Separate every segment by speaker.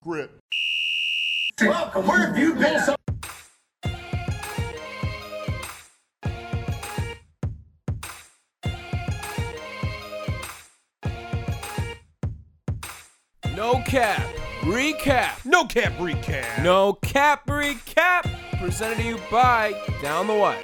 Speaker 1: grip.
Speaker 2: Welcome. Where have you been so
Speaker 3: No cap. Recap.
Speaker 4: No cap recap.
Speaker 3: No cap recap. Presented to you by Down the Wire.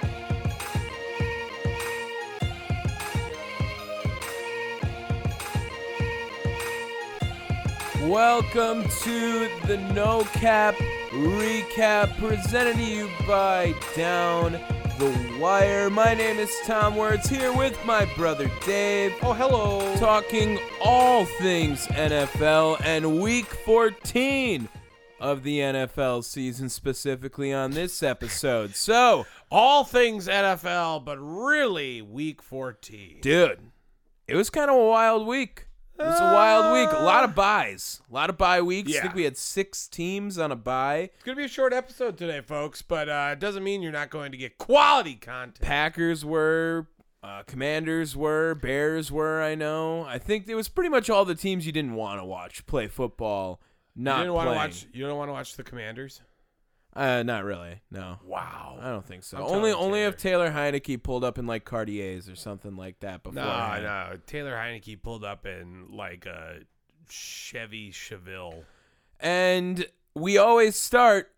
Speaker 3: Welcome to the No Cap Recap presented to you by Down the Wire. My name is Tom Words here with my brother Dave
Speaker 4: Oh, hello.
Speaker 3: talking all things NFL and week 14 of the NFL season, specifically on this episode. So,
Speaker 4: All things NFL, but really week 14.
Speaker 3: dude, it was kind of a wild week. It was a wild week. A lot of buys. A lot of bye weeks. I
Speaker 4: Yeah.
Speaker 3: think we had six teams on a bye.
Speaker 4: It's going to be a short episode today, folks, but uh, it doesn't mean you're not going to get quality content.
Speaker 3: Packers were. Uh, commanders were, Bears were. I know. I think it was pretty much all the teams you didn't want to watch play football. Not
Speaker 4: you didn't want to
Speaker 3: playing.
Speaker 4: watch. You don't want to watch the Commanders.
Speaker 3: Uh, not really. No.
Speaker 4: Wow.
Speaker 3: I don't think so.
Speaker 4: I'm
Speaker 3: only
Speaker 4: telling
Speaker 3: only if Taylor Heineke pulled up in like Cartiers or something like that before.
Speaker 4: No, no. Taylor Heineke pulled up in like a Chevy Chevelle.
Speaker 3: And we always start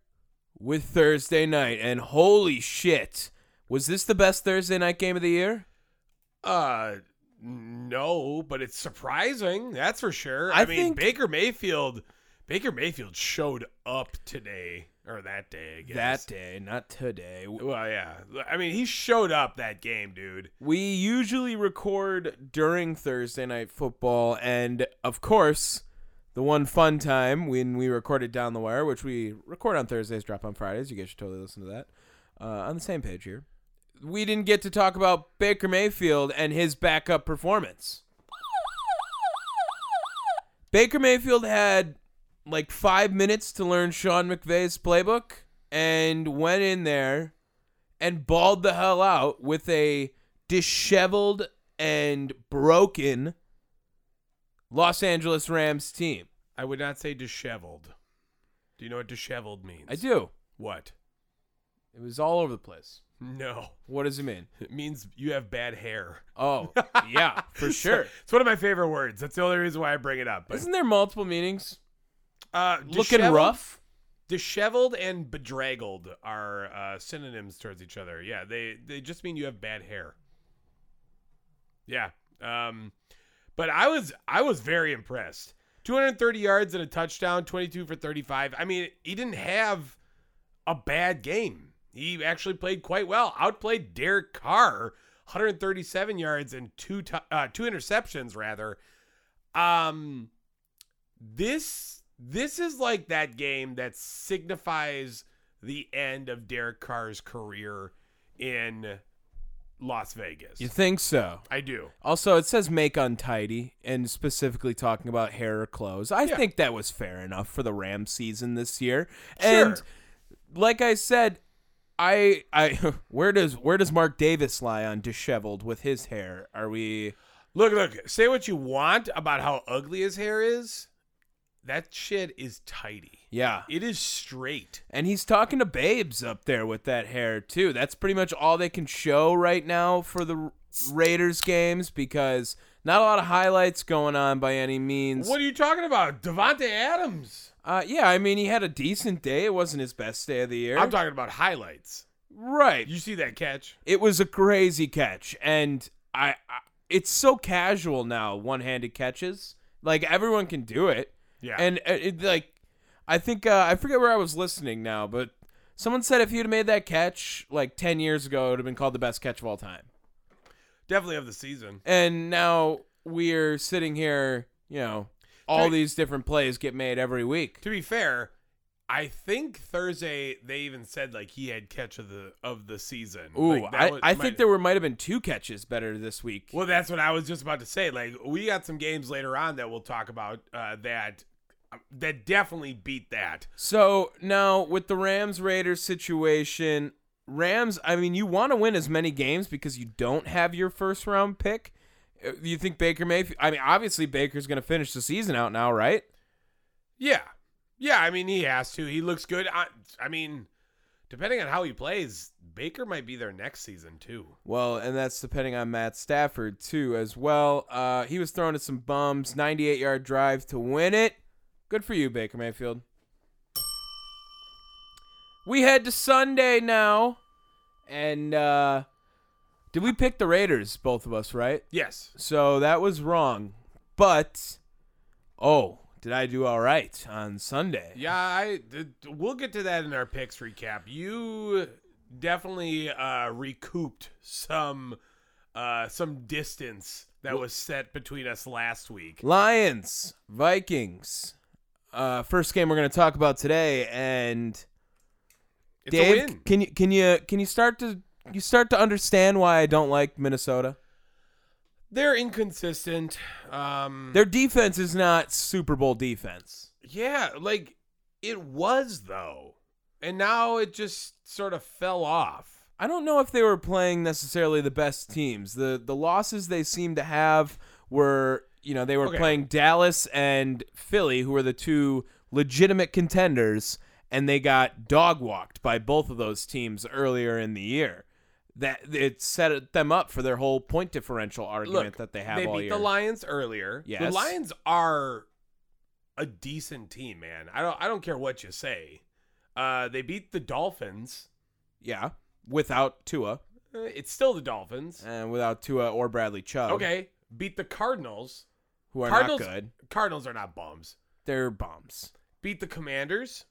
Speaker 3: with Thursday night, and holy shit, was this the best Thursday night game of the year?
Speaker 4: Uh, no, but it's surprising. That's for sure.
Speaker 3: I
Speaker 4: I, mean,
Speaker 3: think-
Speaker 4: Baker Mayfield, Baker Mayfield showed up today or that day. I guess.
Speaker 3: That day, not today.
Speaker 4: Well, yeah. I mean, he showed up that game, dude.
Speaker 3: We usually record during Thursday night football, and of course, the one fun time when we recorded Down the Wire, which we record on Thursdays, drop on Fridays. You guys should totally listen to that. Uh, on the same page here. We didn't get to talk about Baker Mayfield and his backup performance. Baker Mayfield had like five minutes to learn Sean McVay's playbook and went in there and bawled the hell out with a disheveled and broken Los Angeles Rams team.
Speaker 4: I would not say disheveled. Do you know what disheveled means?
Speaker 3: I do.
Speaker 4: What?
Speaker 3: It was all over the place.
Speaker 4: No.
Speaker 3: What does it mean?
Speaker 4: It means you have bad hair.
Speaker 3: Oh, yeah, for sure.
Speaker 4: It's one of my favorite words. That's the only reason why I bring it up. But,
Speaker 3: Isn't there multiple meanings?
Speaker 4: uh,
Speaker 3: Looking
Speaker 4: disheveled-
Speaker 3: rough?
Speaker 4: Disheveled and bedraggled are uh, synonyms towards each other. Yeah, they they just mean you have bad hair. Yeah. Um, but I was I was very impressed. 230 yards and a touchdown, 22 for 35. I mean, he didn't have a bad game. He actually played quite well. Outplayed Derek Carr, 137 yards and two tou- uh, two interceptions rather. Um, this this is like that game that signifies the end of Derek Carr's career in Las Vegas.
Speaker 3: You think so?
Speaker 4: I do.
Speaker 3: Also, it says make untidy and specifically talking about hair or clothes. I
Speaker 4: Yeah.
Speaker 3: think that was fair enough for the Ram season this year. And
Speaker 4: Sure.
Speaker 3: like I said, I I where does where does Mark Davis lie on disheveled with his hair? Are we
Speaker 4: Look, look, say what you want about how ugly his hair is. That shit is tidy.
Speaker 3: Yeah.
Speaker 4: It is straight.
Speaker 3: And he's talking to babes up there with that hair too. That's pretty much all they can show right now for the Raiders games because not a lot of highlights going on by any means.
Speaker 4: What are you talking about? Devonte Adams.
Speaker 3: Uh, yeah, I mean he had a decent day. It wasn't his best day of the year.
Speaker 4: I'm talking about highlights.
Speaker 3: right.
Speaker 4: You see that catch?
Speaker 3: it was a crazy catch and I, I it's so casual now one-handed catches like everyone can do it
Speaker 4: Yeah.
Speaker 3: and uh, it, like i think uh, i forget where i was listening now but someone said if you'd have made that catch like 10 years ago it would have been called the best catch of all time
Speaker 4: definitely of the season.
Speaker 3: and now we're sitting here you know all
Speaker 4: Right.
Speaker 3: these different plays get made every week
Speaker 4: To be fair, I think Thursday they even said like he had catch of the of the season.
Speaker 3: Ooh,
Speaker 4: Like, that
Speaker 3: I,
Speaker 4: was-
Speaker 3: I
Speaker 4: might-
Speaker 3: think there were might have been two catches better this week.
Speaker 4: Well, that's what I was just about to say. Like we got some games later on that we'll talk about uh, that uh, that definitely beat that.
Speaker 3: So now with the Rams Raiders situation, Rams, I mean, you want to win as many games because you don't have your first round pick. Uh, You think Baker Mayfield? I mean, obviously Baker's going to finish the season out now, right?
Speaker 4: Yeah. Yeah, I mean he has to. He looks good. I, I mean, depending on how he plays, Baker might be there next season too.
Speaker 3: Well, and that's depending on Matt Stafford too as well. Uh, he was thrown at some bums, 98 yard drive to win it. Good for you, Baker Mayfield. We head to Sunday now, and uh, did we pick the Raiders? Both of us, right?
Speaker 4: Yes.
Speaker 3: So that was wrong, but oh, did I do all right on Sunday?
Speaker 4: Yeah, I th- we'll get to that in our picks recap. You definitely uh, recouped some uh, some distance that was set between us last week.
Speaker 3: Lions, Vikings. Uh, first game we're going to talk about today, and
Speaker 4: It's a
Speaker 3: Dave,
Speaker 4: win.
Speaker 3: can you can you can you start to you start to understand why I don't like Minnesota?
Speaker 4: Mm. They're inconsistent. Um,
Speaker 3: Their defense is not Super Bowl defense.
Speaker 4: yeah, like it was though, and now it just sort of fell off.
Speaker 3: I don't know if they were playing necessarily the best teams. The the losses they seemed to have were, you know, they were
Speaker 4: Okay.
Speaker 3: playing Dallas and Philly, who were the two legitimate contenders, and they got dog walked by both of those teams earlier in the year. That it set them up for their whole point differential argument that they have
Speaker 4: they
Speaker 3: all
Speaker 4: beat
Speaker 3: year.
Speaker 4: the Lions earlier. The
Speaker 3: Yes.
Speaker 4: Lions are a decent team, man. I don't I don't care what you say. Uh, they beat the Dolphins.
Speaker 3: Yeah, without Tua
Speaker 4: Uh, It's still the Dolphins.
Speaker 3: and without Tua or Bradley Chubb,
Speaker 4: Okay, beat the Cardinals.
Speaker 3: who are
Speaker 4: Cardinals
Speaker 3: not good.
Speaker 4: Cardinals are not bums.
Speaker 3: They're bombs
Speaker 4: Beat the Commanders.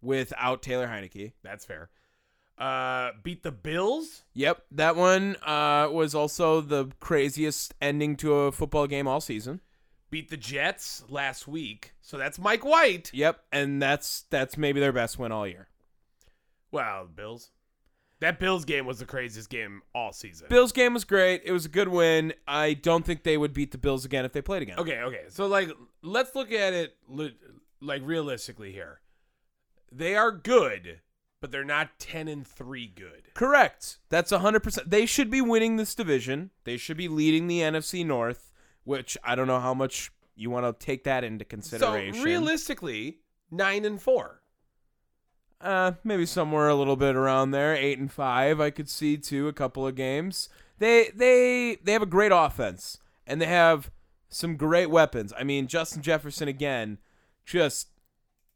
Speaker 3: without Taylor Heineke.
Speaker 4: That's fair. Uh, beat the Bills.
Speaker 3: Yep, that one uh, was also the craziest ending to a football game all season.
Speaker 4: Beat the Jets last week. So that's Mike White.
Speaker 3: Yep, and that's that's maybe their best win all year.
Speaker 4: Wow, Bills. That Bills game was the craziest game all season.
Speaker 3: Bills game was great. It was a good win. I don't think they would beat the Bills again if they played again.
Speaker 4: Okay, okay. So like let's look at it li- like realistically here. They are good, but they're not 10 and 3 good.
Speaker 3: Correct. That's 100%. They should be winning this division. They should be leading the NFC North, which I don't know how much you want to take that into
Speaker 4: So
Speaker 3: consideration.
Speaker 4: realistically, 9 and 4.
Speaker 3: uh, maybe somewhere a little bit around there, eight and five. I could see too a couple of games. They they they have a great offense and they have some great weapons. I mean, Justin Jefferson again, just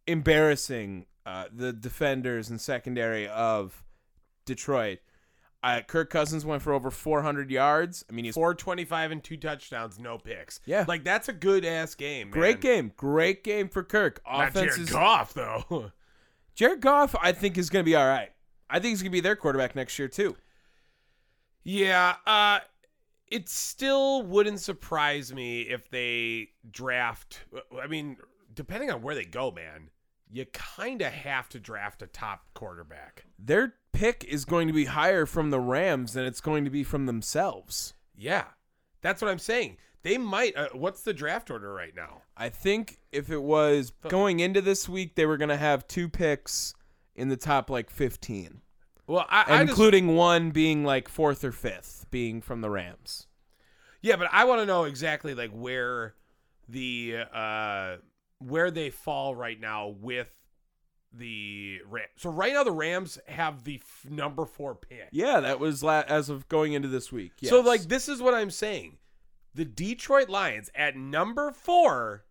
Speaker 3: embarrassing uh, the defenders and secondary of Detroit. Uh, Kirk Cousins went for over 400 yards. I mean, he's
Speaker 4: 425 and two touchdowns, no picks.
Speaker 3: Yeah.
Speaker 4: Like that's a good ass game.
Speaker 3: great
Speaker 4: man.
Speaker 3: game, great game for Kirk.
Speaker 4: Not
Speaker 3: Offense
Speaker 4: Jared
Speaker 3: is
Speaker 4: Goff though.
Speaker 3: Jared Goff. I think is going to be all right. I think he's going to be their quarterback next year too.
Speaker 4: yeah, uh it still wouldn't surprise me if they draft I mean, depending on where they go, man, you kind of have to draft a top quarterback.
Speaker 3: their pick is going to be higher from the Rams than it's going to be from themselves.
Speaker 4: Yeah, that's what I'm saying. They might. Uh, what's the draft order right now?
Speaker 3: I think if it was going into this week, they were going to have two picks in the top like 15,
Speaker 4: Well, I, I just-
Speaker 3: including one being like fourth or fifth, being from the Rams.
Speaker 4: yeah, but I want to know exactly like where the uh where they fall right now with the Rams. So right now the Rams have the f- number four pick.
Speaker 3: Yeah, that was la- as of going into this week. Yes.
Speaker 4: So like this is what I'm saying. The Detroit Lions at number four,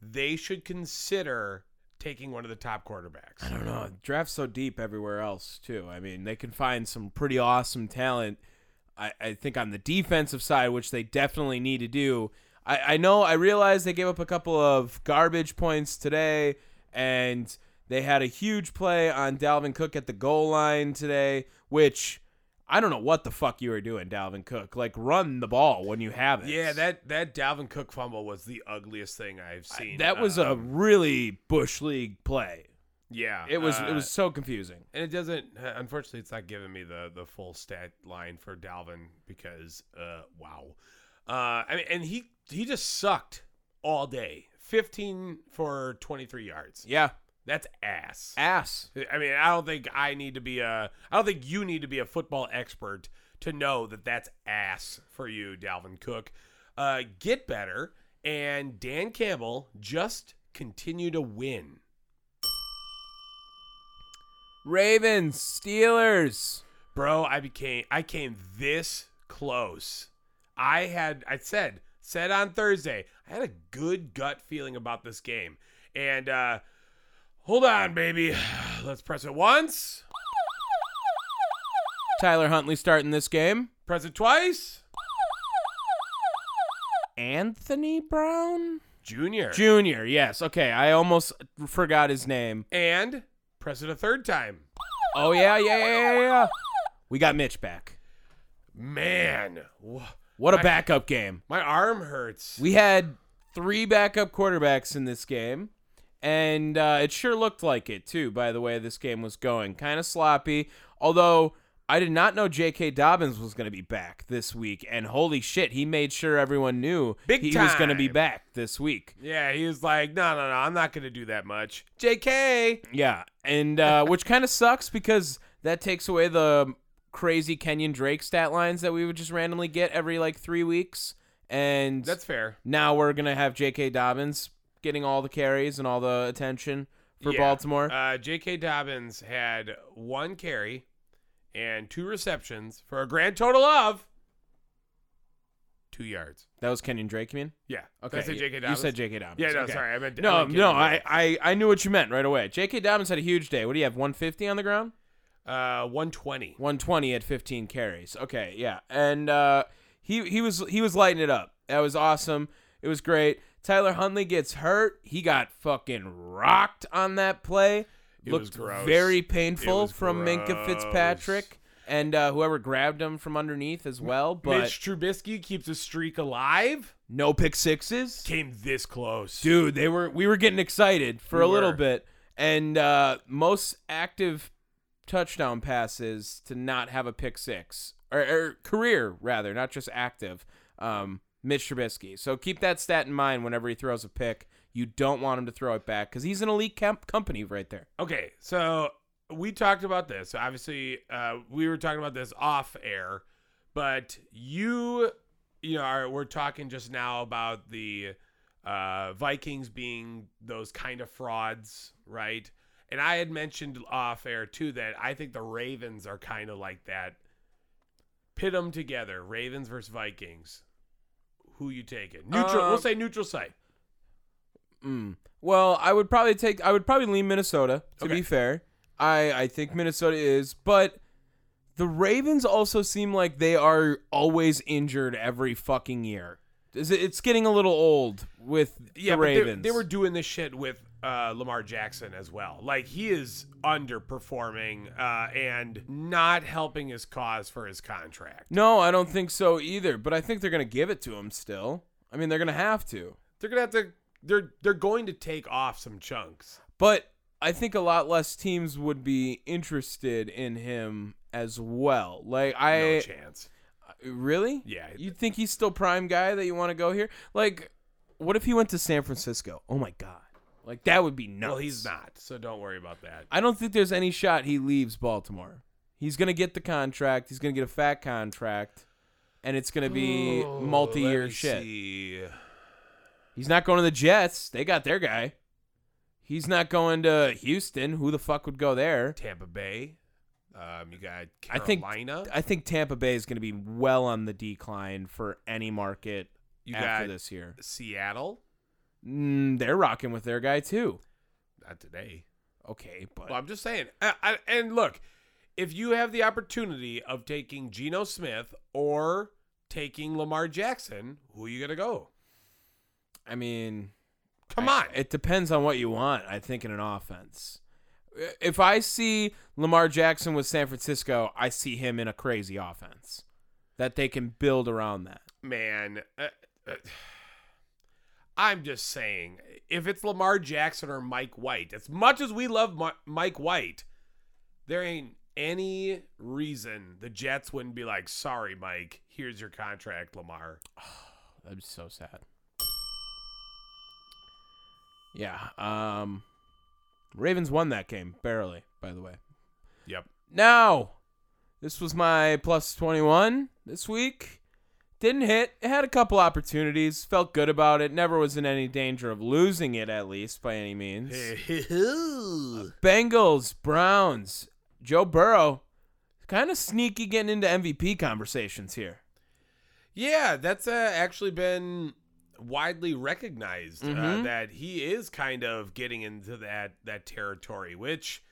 Speaker 4: they should consider taking one of the top quarterbacks.
Speaker 3: I don't know. Draft's so deep everywhere else too. I mean, they can find some pretty awesome talent. I, I think on the defensive side, which they definitely need to do. I, I know I realized they gave up a couple of garbage points today, and they had a huge play on Dalvin Cook at the goal line today, which I don't know what the fuck you were doing, Dalvin Cook. Like run the ball when you have it.
Speaker 4: Yeah, that that Dalvin Cook fumble was the ugliest thing I've seen.
Speaker 3: that was
Speaker 4: Uh,
Speaker 3: a really bush league play.
Speaker 4: yeah.
Speaker 3: It was
Speaker 4: uh,
Speaker 3: it was so confusing.
Speaker 4: and it doesn't. uh, Unfortunately, it's not giving me the the full stat line for Dalvin because uh wow, uh I mean, and he he just sucked all day. Fifteen for twenty three yards.
Speaker 3: Yeah,
Speaker 4: That's ass.
Speaker 3: ass.
Speaker 4: I mean, I don't think I need to be a. I don't think you need to be a football expert to know that that's ass for you, Dalvin Cook. Uh, get better, and Dan Campbell just continue to win.
Speaker 3: Ravens, Steelers.
Speaker 4: Bro, I became I came this close. I had I said said on Thursday, I had a good gut feeling about this game. And uh hold on, baby. Let's press it once.
Speaker 3: Tyler Huntley starting this game.
Speaker 4: Press it twice.
Speaker 3: Anthony Brown
Speaker 4: Junior.
Speaker 3: Jr. Yes. Okay, I almost forgot his name.
Speaker 4: and press it a third time.
Speaker 3: Oh yeah, yeah, yeah, yeah, yeah. We got Mitch back.
Speaker 4: Man, wha-
Speaker 3: What a
Speaker 4: I-
Speaker 3: backup game.
Speaker 4: my arm hurts.
Speaker 3: We had three backup quarterbacks in this game, and uh, it sure looked like it too. By the way, this game was going kind of sloppy. Although I did not know J.K. Dobbins was going to be back this week, and holy shit, he made sure everyone knew
Speaker 4: Big
Speaker 3: he was going to be
Speaker 4: time.
Speaker 3: back this week.
Speaker 4: Yeah, he was like, no, no, no, I'm not going to do that much. JK.
Speaker 3: Yeah, and uh, which kind of sucks because that takes away the crazy Kenyon Drake stat lines that we would just randomly get every like three weeks. And
Speaker 4: That's fair.
Speaker 3: now we're gonna have J.K. Dobbins getting all the carries and all the attention for
Speaker 4: Yeah.
Speaker 3: Baltimore.
Speaker 4: Uh, J.K. Dobbins had one carry and two receptions for a grand total of two yards.
Speaker 3: that was Kenyon Drake, you mean?
Speaker 4: Yeah.
Speaker 3: Okay,
Speaker 4: Did I say
Speaker 3: you-
Speaker 4: J.K. Dobbins?
Speaker 3: You said J.K. Dobbins.
Speaker 4: Yeah, no,
Speaker 3: okay.
Speaker 4: sorry. I meant
Speaker 3: No,
Speaker 4: meant
Speaker 3: no,
Speaker 4: Kenyon
Speaker 3: I,
Speaker 4: Drake.
Speaker 3: I, I knew what you meant right away. J.K. Dobbins had a huge day. What do you have? 150 on the ground?
Speaker 4: Uh, 120.
Speaker 3: 120 at 15 carries. Okay, yeah, and uh, he he was he was lighting it up. That was awesome. It was great. Tyler Huntley gets hurt. He got fucking rocked on that play.
Speaker 4: It was
Speaker 3: Looked
Speaker 4: gross.
Speaker 3: very painful
Speaker 4: was
Speaker 3: from Minka
Speaker 4: gross.
Speaker 3: Fitzpatrick and uh, whoever grabbed him from underneath as well. But
Speaker 4: Mitch Trubisky keeps a streak alive.
Speaker 3: no pick sixes.
Speaker 4: Came this close.
Speaker 3: dude they were we were getting excited for a
Speaker 4: We
Speaker 3: little
Speaker 4: were.
Speaker 3: bit and uh most active touchdown passes to not have a pick six or, or career rather not just active um mitch trubisky so keep that stat in mind whenever he throws a pick you don't want him to throw it back because he's an elite camp company right there
Speaker 4: Okay, so we talked about this. Obviously, uh, we were talking about this off air, but you, you know, are, we're talking just now about the uh, Vikings being those kind of frauds, right? And I had mentioned off air too that I think the Ravens are kind of like that. Pit them together, Ravens versus Vikings. Who you taking? Neutral.
Speaker 3: Um,
Speaker 4: we'll say neutral site.
Speaker 3: Mm. Well, I would probably take. I would probably lean Minnesota. To
Speaker 4: Okay.
Speaker 3: be fair, I I think Minnesota is, but the Ravens also seem like they are always injured every fucking year. Is it, it's getting a little old with
Speaker 4: yeah,
Speaker 3: the
Speaker 4: but they-
Speaker 3: Ravens.
Speaker 4: They, were doing this shit with uh, Lamar Jackson as well. Like he is underperforming uh, and not helping his cause for his contract.
Speaker 3: no, I don't think so either. But I think they're gonna give it to him still. I mean, they're gonna have to.
Speaker 4: They're gonna have to. They're they're going to take off some chunks.
Speaker 3: But I think a lot less teams would be interested in him as well. Like
Speaker 4: No
Speaker 3: I
Speaker 4: chance.
Speaker 3: Really?
Speaker 4: Yeah.
Speaker 3: You think he's still prime guy that you want to go here? Like, what if he went to San Francisco? Oh my god! Like that would be nuts.
Speaker 4: Well, he's not. So don't worry about that.
Speaker 3: I don't think there's any shot he leaves Baltimore. He's gonna get the contract. He's gonna get a fat contract, and it's gonna be
Speaker 4: Ooh, Oh, let
Speaker 3: multi-year
Speaker 4: me
Speaker 3: shit.
Speaker 4: see.
Speaker 3: He's not going to the Jets. They got their guy. He's not going to Houston. Who the fuck would go there?
Speaker 4: Tampa Bay. Um, you got
Speaker 3: I think-
Speaker 4: Carolina.
Speaker 3: I think Tampa Bay is going to be well on the decline for any market
Speaker 4: you
Speaker 3: after
Speaker 4: got
Speaker 3: this year.
Speaker 4: Seattle.
Speaker 3: Mm, they're rocking with their guy too.
Speaker 4: Not today.
Speaker 3: Okay, but
Speaker 4: Well, I'm just saying. I, I, and look, if you have the opportunity of taking Geno Smith or taking Lamar Jackson, who are you gonna go?
Speaker 3: I mean,
Speaker 4: Come
Speaker 3: I-
Speaker 4: on,
Speaker 3: It depends on what you want. I think in an offense, if I see Lamar Jackson with San Francisco, I see him in a crazy offense that they can build around that.
Speaker 4: man. Uh, uh, I'm just saying, if it's Lamar Jackson or Mike White, as much as we love Mi- Mike White, there ain't any reason the Jets wouldn't be like, "Sorry, Mike, here's your contract, Lamar."
Speaker 3: I'm so sad. Yeah. Um. Ravens won that game barely. By the way.
Speaker 4: Yep.
Speaker 3: Now, this was my plus 21 this week. Didn't hit. It had a couple opportunities. Felt good about it. Never was in any danger of losing it, at least by any means. Bengals, Browns, Joe Burrow, kind of sneaky getting into MVP conversations here.
Speaker 4: Yeah, that's uh, actually been widely recognized uh,
Speaker 3: Mhm.
Speaker 4: that he is kind of getting into that that territory. Which,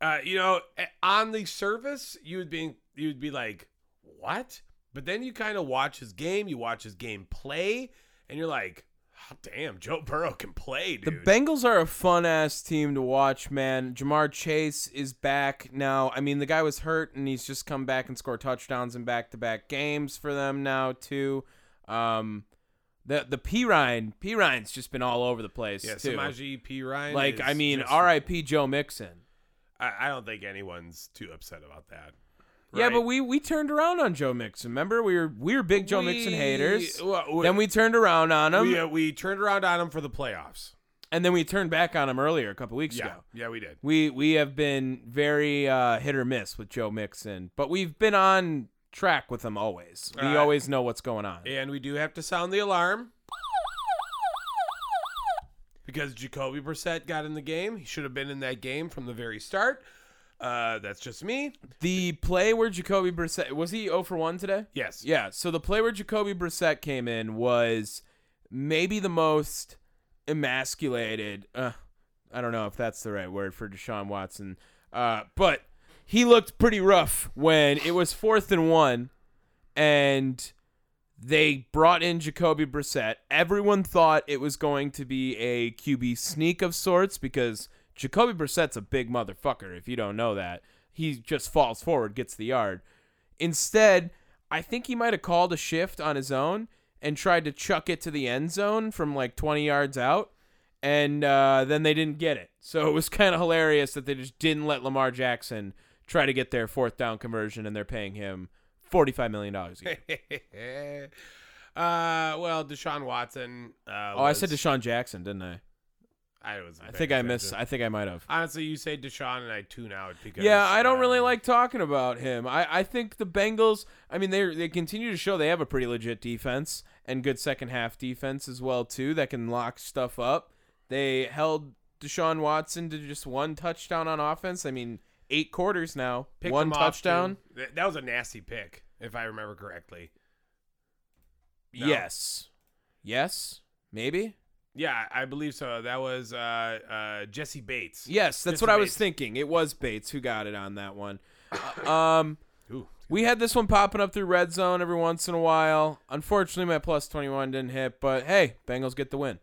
Speaker 4: uh, you know, a- on the surface, you would be you would be like, what? But then you kind of watch his game, you watch his game play, and you're like, oh, damn, Joe Burrow can play, dude.
Speaker 3: The Bengals are a fun ass team to watch, man. Jamar Chase is back now. I mean, the guy was hurt and he's just come back and scored touchdowns in back to back games for them now too. Um, the the P Ryan P Ryan's just been all over the place
Speaker 4: yeah,
Speaker 3: too.
Speaker 4: Samaji E P Ryan.
Speaker 3: like I
Speaker 4: is
Speaker 3: mean,
Speaker 4: just-
Speaker 3: R.I.P. Joe Mixon.
Speaker 4: I, I don't think anyone's too upset about that.
Speaker 3: Yeah, but
Speaker 4: Right?
Speaker 3: we we turned around on Joe Mixon. Remember, we were we were big Joe Mixon
Speaker 4: We-
Speaker 3: haters.
Speaker 4: well, we-
Speaker 3: then we turned around on him,
Speaker 4: we, uh, we turned around on him for the playoffs.
Speaker 3: and then we turned back on him earlier a couple weeks
Speaker 4: Yeah,
Speaker 3: ago.
Speaker 4: yeah, we did.
Speaker 3: We we have been very uh, hit or miss with Joe Mixon, but we've been on track with him always. We
Speaker 4: All right.
Speaker 3: always know what's going on.
Speaker 4: And we do have to sound the alarm. Because Jacoby Brissett got in the game. He should have been in that game from the very start. Uh, that's just me.
Speaker 3: The play where Jacoby Brissett was he 0 for one today?
Speaker 4: Yes.
Speaker 3: Yeah. So the play where Jacoby Brissett came in was maybe the most emasculated. Uh, I don't know if that's the right word for Deshaun Watson, uh, but he looked pretty rough when it was fourth and one, and they brought in Jacoby Brissett. Everyone thought it was going to be a QB sneak of sorts because Jacoby Brissett's a big motherfucker. If you don't know that, he just falls forward, gets the yard. Instead, I think he might have called a shift on his own and tried to chuck it to the end zone from like 20 yards out. And uh, then they didn't get it. So it was kind of hilarious that they just didn't let Lamar Jackson try to get their fourth down conversion and they're paying him $45 million a year.
Speaker 4: uh, well, Deshaun Watson. Uh,
Speaker 3: oh, I said
Speaker 4: was-
Speaker 3: Deshaun Jackson, didn't I?
Speaker 4: I was.
Speaker 3: I think I missed. I think I might have.
Speaker 4: Honestly, you say Deshaun and I tune out because.
Speaker 3: Yeah, I don't
Speaker 4: um,
Speaker 3: really like talking about him. I, I think the Bengals, I mean, they they continue to show they have a pretty legit defense and good second half defense as well too that can lock stuff up. They held Deshaun Watson to just one touchdown on offense. I mean, eight quarters now,
Speaker 4: picked
Speaker 3: one
Speaker 4: him off,
Speaker 3: touchdown.
Speaker 4: too. Th- That was a nasty pick, if I remember correctly. No.
Speaker 3: Yes, yes, maybe.
Speaker 4: Yeah, I believe so. That was uh, uh, Jesse Bates.
Speaker 3: Yes, that's
Speaker 4: Just
Speaker 3: what
Speaker 4: a
Speaker 3: I was
Speaker 4: Bates.
Speaker 3: thinking. It was Bates who got it on that one. Uh, um.
Speaker 4: Ooh.
Speaker 3: We had this one popping up through red zone every once in a while. Unfortunately, my plus 21 didn't hit, but hey, Bengals get the win.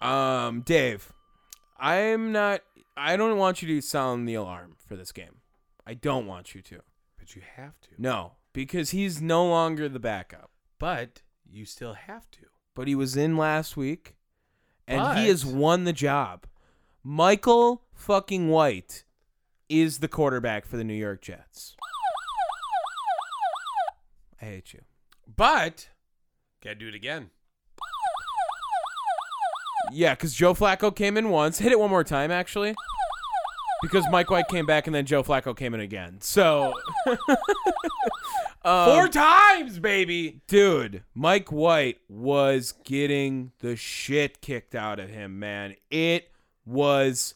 Speaker 3: Um, Dave, I'm not I don't want you to sound the alarm for this game. I don't want you to.
Speaker 4: But you have to.
Speaker 3: No, because he's no longer the backup,
Speaker 4: But you still have to.
Speaker 3: but he was in last week and he has
Speaker 4: But-
Speaker 3: won the job. Michael fucking White is the quarterback for the New York Jets. I hate you.
Speaker 4: But gotta do it again.
Speaker 3: Yeah, because Joe Flacco came in once, hit it one more time actually, because Mike White came back and then Joe Flacco came in again. So, um,
Speaker 4: Four times, baby.
Speaker 3: dude, Mike White was getting the shit kicked out of him, man. It was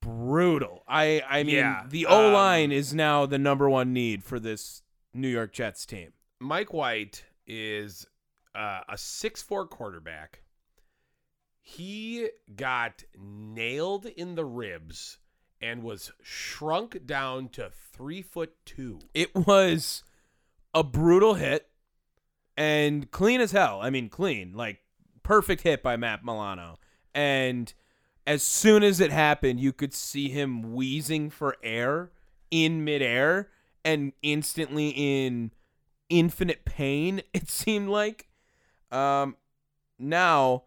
Speaker 3: brutal. I I mean,
Speaker 4: Yeah,
Speaker 3: the
Speaker 4: um,
Speaker 3: O line is now the number one need for this New York Jets team.
Speaker 4: Mike White is uh, a six four quarterback. He got nailed in the ribs and was shrunk down to three foot two.
Speaker 3: It was a brutal hit and clean as hell. I mean, clean, like perfect hit by Matt Milano. And as soon as it happened, you could see him wheezing for air in midair and instantly in infinite pain, it seemed like. Um, now,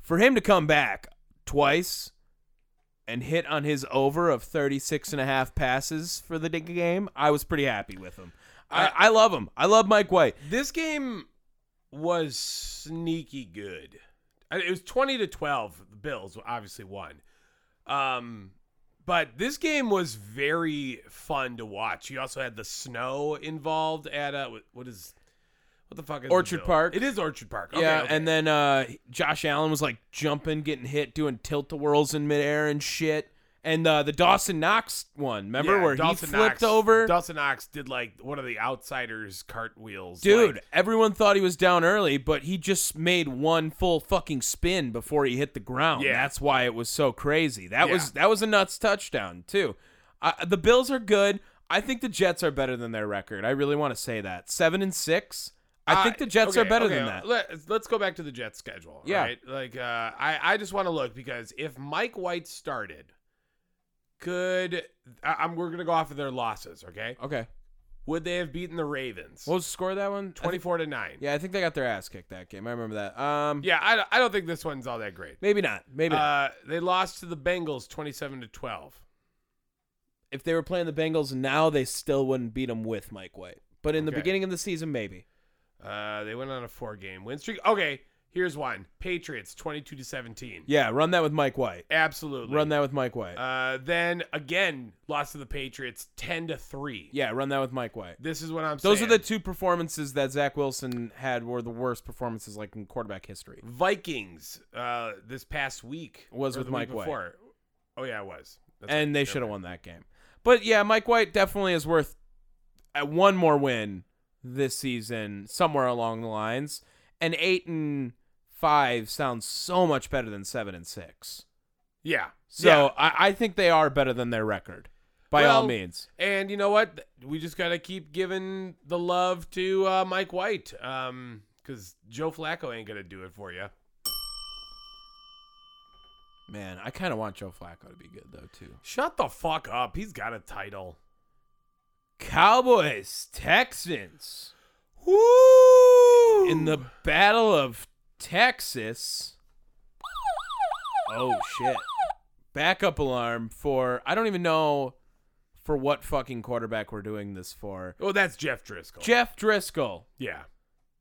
Speaker 3: for him to come back twice and hit on his over of 36 and a half passes for the dig- game, I was pretty happy with him. I, I love him. I love Mike White.
Speaker 4: This game was sneaky good. I- It was 20 to 12. The Bills obviously won. Um, But this game was very fun to watch. You also had the snow involved at uh, what- what is what the fuck is the
Speaker 3: Orchard
Speaker 4: bill?
Speaker 3: Park.
Speaker 4: It is Orchard Park. Okay,
Speaker 3: yeah,
Speaker 4: okay.
Speaker 3: and then uh, Josh Allen was like jumping, getting hit, doing tilt the whirls in midair and shit. And uh, the Dawson Knox one, remember
Speaker 4: Yeah,
Speaker 3: where
Speaker 4: Dawson
Speaker 3: he
Speaker 4: Knox-
Speaker 3: flipped over?
Speaker 4: Dawson Knox did like one of the outsiders cartwheels.
Speaker 3: Dude,
Speaker 4: like-
Speaker 3: everyone thought he was down early, but he just made one full fucking spin before he hit the ground.
Speaker 4: Yeah.
Speaker 3: That's why it was so crazy. That
Speaker 4: Yeah.
Speaker 3: was that was a nuts touchdown too. Uh, the Bills are good. I think the Jets are better than their record. I really want to say that seven and six. I think the Jets are
Speaker 4: Uh, okay,
Speaker 3: better
Speaker 4: okay, uh,
Speaker 3: than that.
Speaker 4: Let, let's go back to the Jets schedule.
Speaker 3: Yeah.
Speaker 4: right? Like, uh, I, I just want to look because if Mike White started, could I, I'm we're gonna go off of their losses. Okay,
Speaker 3: Okay,
Speaker 4: would they have beaten the Ravens?
Speaker 3: what was the score of that one? I think-
Speaker 4: 24 to 9.
Speaker 3: Yeah, I think they got their ass kicked that game. I remember that. Um,
Speaker 4: Yeah, I, don't- I don't think this one's all that great.
Speaker 3: maybe not. Maybe not.
Speaker 4: Uh, they lost to the Bengals 27 to 12.
Speaker 3: if they were playing the Bengals now, they still wouldn't beat them with Mike White. But in the
Speaker 4: Okay.
Speaker 3: beginning of the season, maybe.
Speaker 4: Uh, they went on a four game win streak. Okay, here's one Patriots 22 to 17.
Speaker 3: Yeah, run that with Mike White.
Speaker 4: Absolutely.
Speaker 3: Run that with Mike White.
Speaker 4: Uh, then again, lost to the Patriots 10 to 3.
Speaker 3: yeah, run that with Mike White.
Speaker 4: This is what I'm
Speaker 3: Those
Speaker 4: saying.
Speaker 3: are the two performances that Zach Wilson had were the worst performances like in quarterback history.
Speaker 4: Vikings uh, this past week.
Speaker 3: Was
Speaker 4: or
Speaker 3: with
Speaker 4: the week
Speaker 3: Mike White.
Speaker 4: before. Oh, yeah, it was. That's right.
Speaker 3: and they
Speaker 4: Never
Speaker 3: should have
Speaker 4: mind.
Speaker 3: won that game. But yeah, Mike White definitely is worth uh, one more win this season somewhere along the lines. And 8 and 5 sounds so much better than 7 and 6.
Speaker 4: Yeah.
Speaker 3: So
Speaker 4: Yeah.
Speaker 3: I, I think they are better than their record by all
Speaker 4: Well,
Speaker 3: means.
Speaker 4: And you know what? We just gotta keep giving the love to uh, Mike White, because Joe Flacco ain't gonna do it for you.
Speaker 3: Man, I kind of want Joe Flacco to be good though too.
Speaker 4: Shut the fuck up. He's got a title.
Speaker 3: Cowboys Texans.
Speaker 4: Woo!
Speaker 3: in the Battle of Texas. Oh shit. Backup alarm for I don't even know for what fucking quarterback we're doing this for.
Speaker 4: well, oh, that's Jeff Driscoll.
Speaker 3: Jeff Driscoll
Speaker 4: yeah.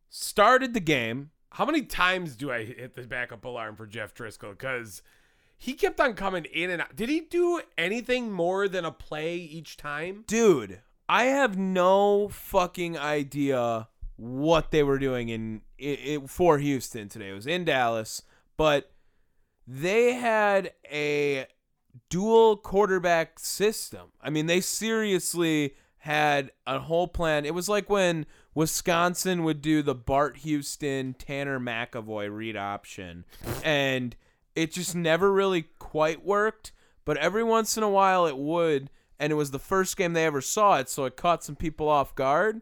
Speaker 3: started the game.
Speaker 4: How many times do I hit the backup alarm for Jeff Driscoll? Because he kept on coming in and out. Did he do anything more than a play each time?
Speaker 3: Dude, I have no fucking idea what they were doing in it, it, for Houston today. It was in Dallas, but they had a dual quarterback system. I mean, they seriously had a whole plan. It was like when Wisconsin would do the Bart Houston, Tanner McAvoy read option, and it just never really quite worked. But every once in a while, it would, and it was the first game they ever saw it, so it caught some people off guard,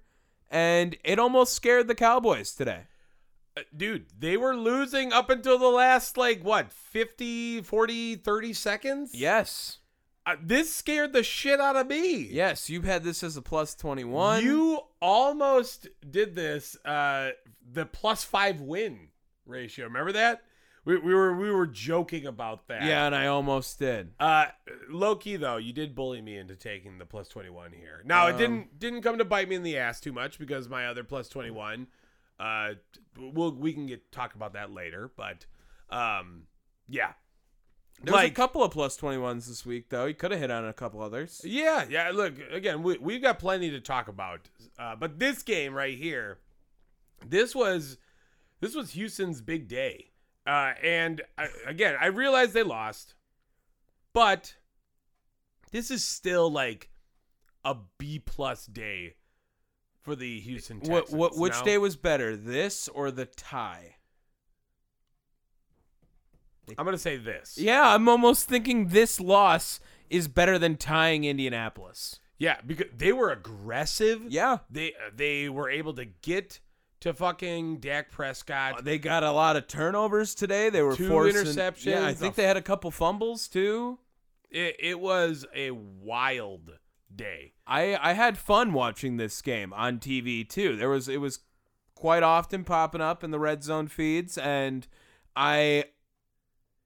Speaker 3: and it almost scared the Cowboys today.
Speaker 4: Uh, Dude, they were losing up until the last, like, what, 50, 40, 30 seconds?
Speaker 3: Yes,
Speaker 4: Uh, this scared the shit out of me.
Speaker 3: yes, you had this as a plus twenty-one.
Speaker 4: You almost did this uh the plus 5 win ratio. Remember that? We, we were we were joking about that.
Speaker 3: yeah, and I almost did.
Speaker 4: Uh Loki though, you did bully me into taking the plus 21 here. Now, it
Speaker 3: Um,
Speaker 4: didn't didn't come to bite me in the ass too much because my other plus 21 uh we'll we can get talk about that later, but um yeah.
Speaker 3: There was a couple of plus 21s this week, though. You could have hit on a couple others.
Speaker 4: Yeah, yeah. Look, again, we we've got plenty to talk about, uh, but this game right here, this was this was Houston's big day, uh, and I, again, I realized they lost, but this is still like a B plus day for the Houston
Speaker 3: What,
Speaker 4: Texans.
Speaker 3: what, which
Speaker 4: no?
Speaker 3: day was better, this or the tie?
Speaker 4: I'm gonna say this.
Speaker 3: Yeah, I'm almost thinking this loss is better than tying Indianapolis.
Speaker 4: yeah, because they were aggressive.
Speaker 3: Yeah.
Speaker 4: they they were able to get to fucking Dak Prescott.
Speaker 3: They got a lot of turnovers today. They were
Speaker 4: Uh, Two
Speaker 3: forcing,
Speaker 4: interceptions,
Speaker 3: Yeah, I
Speaker 4: a
Speaker 3: think
Speaker 4: f-
Speaker 3: they had a couple fumbles too.
Speaker 4: It, it was a wild day.
Speaker 3: I I had fun watching this game on TV too. There was it was quite often popping up in the red zone feeds, and I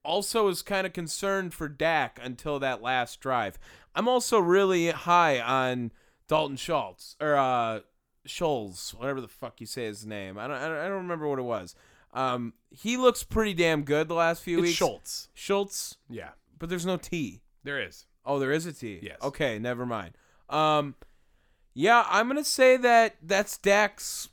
Speaker 3: also was kind of concerned for Dak until that last drive. I'm also really high on Dalton Schultz or uh, Scholes, whatever the fuck you say his name. I don't I don't, I don't remember what it was. Um, he looks pretty damn good the last few
Speaker 4: It's
Speaker 3: weeks.
Speaker 4: Schultz.
Speaker 3: Schultz,
Speaker 4: Yeah,
Speaker 3: but there's no T.
Speaker 4: there is.
Speaker 3: Oh, there is a T.
Speaker 4: Yes.
Speaker 3: Okay, never mind. Um, yeah, I'm gonna say that that's Dak's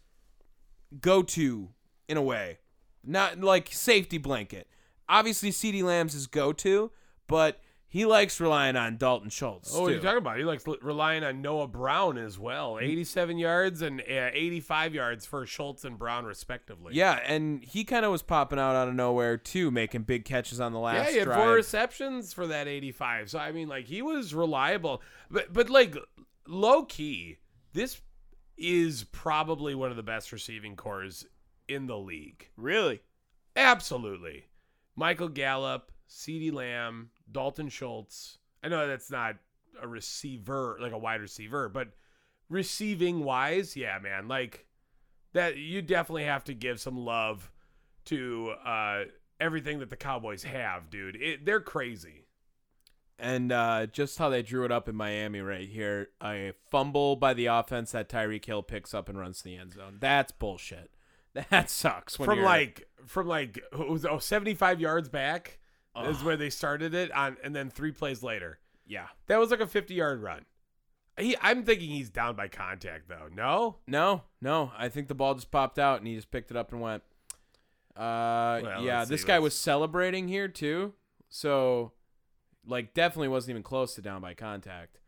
Speaker 3: go-to in a way, not like safety blanket. Obviously, Ceedee Lamb's his go-to, but he likes relying on Dalton Schultz.
Speaker 4: Oh, what are you
Speaker 3: too.
Speaker 4: talking about? He likes li- relying on Noah Brown as well.
Speaker 3: Mm.
Speaker 4: 87 yards and uh, 85 yards for Schultz and Brown, respectively.
Speaker 3: Yeah, and he kind of was popping out out of nowhere too, making big catches on the last.
Speaker 4: Yeah, he had
Speaker 3: drive.
Speaker 4: four receptions for that 85. So I mean, like he was reliable, but but like low key, this is probably one of the best receiving cores in the league.
Speaker 1: Really?
Speaker 4: Absolutely, Michael Gallup, Ceedee Lamb, Dalton Schultz. I know that's not a receiver, like a wide receiver, but receiving wise, yeah, man, like that. You definitely have to give some love to uh, everything that the Cowboys have, dude. It, they're crazy.
Speaker 3: and uh, just how they drew it up in Miami right here. A fumble by the offense that Tyreek Hill picks up and runs to the end zone. That's bullshit. That sucks. When
Speaker 4: from
Speaker 3: you're-
Speaker 4: like from like who was oh, 75 yards back is where they started it on, and then three plays later,
Speaker 3: yeah,
Speaker 4: that was like a 50 yard run. He, I'm thinking he's down by contact though. No,
Speaker 3: no, no. I think the ball just popped out and he just picked it up and went. Uh,
Speaker 4: Well,
Speaker 3: yeah,
Speaker 4: let's
Speaker 3: this
Speaker 4: see,
Speaker 3: guy
Speaker 4: let's-
Speaker 3: was celebrating here too, so like definitely wasn't even close to down by contact.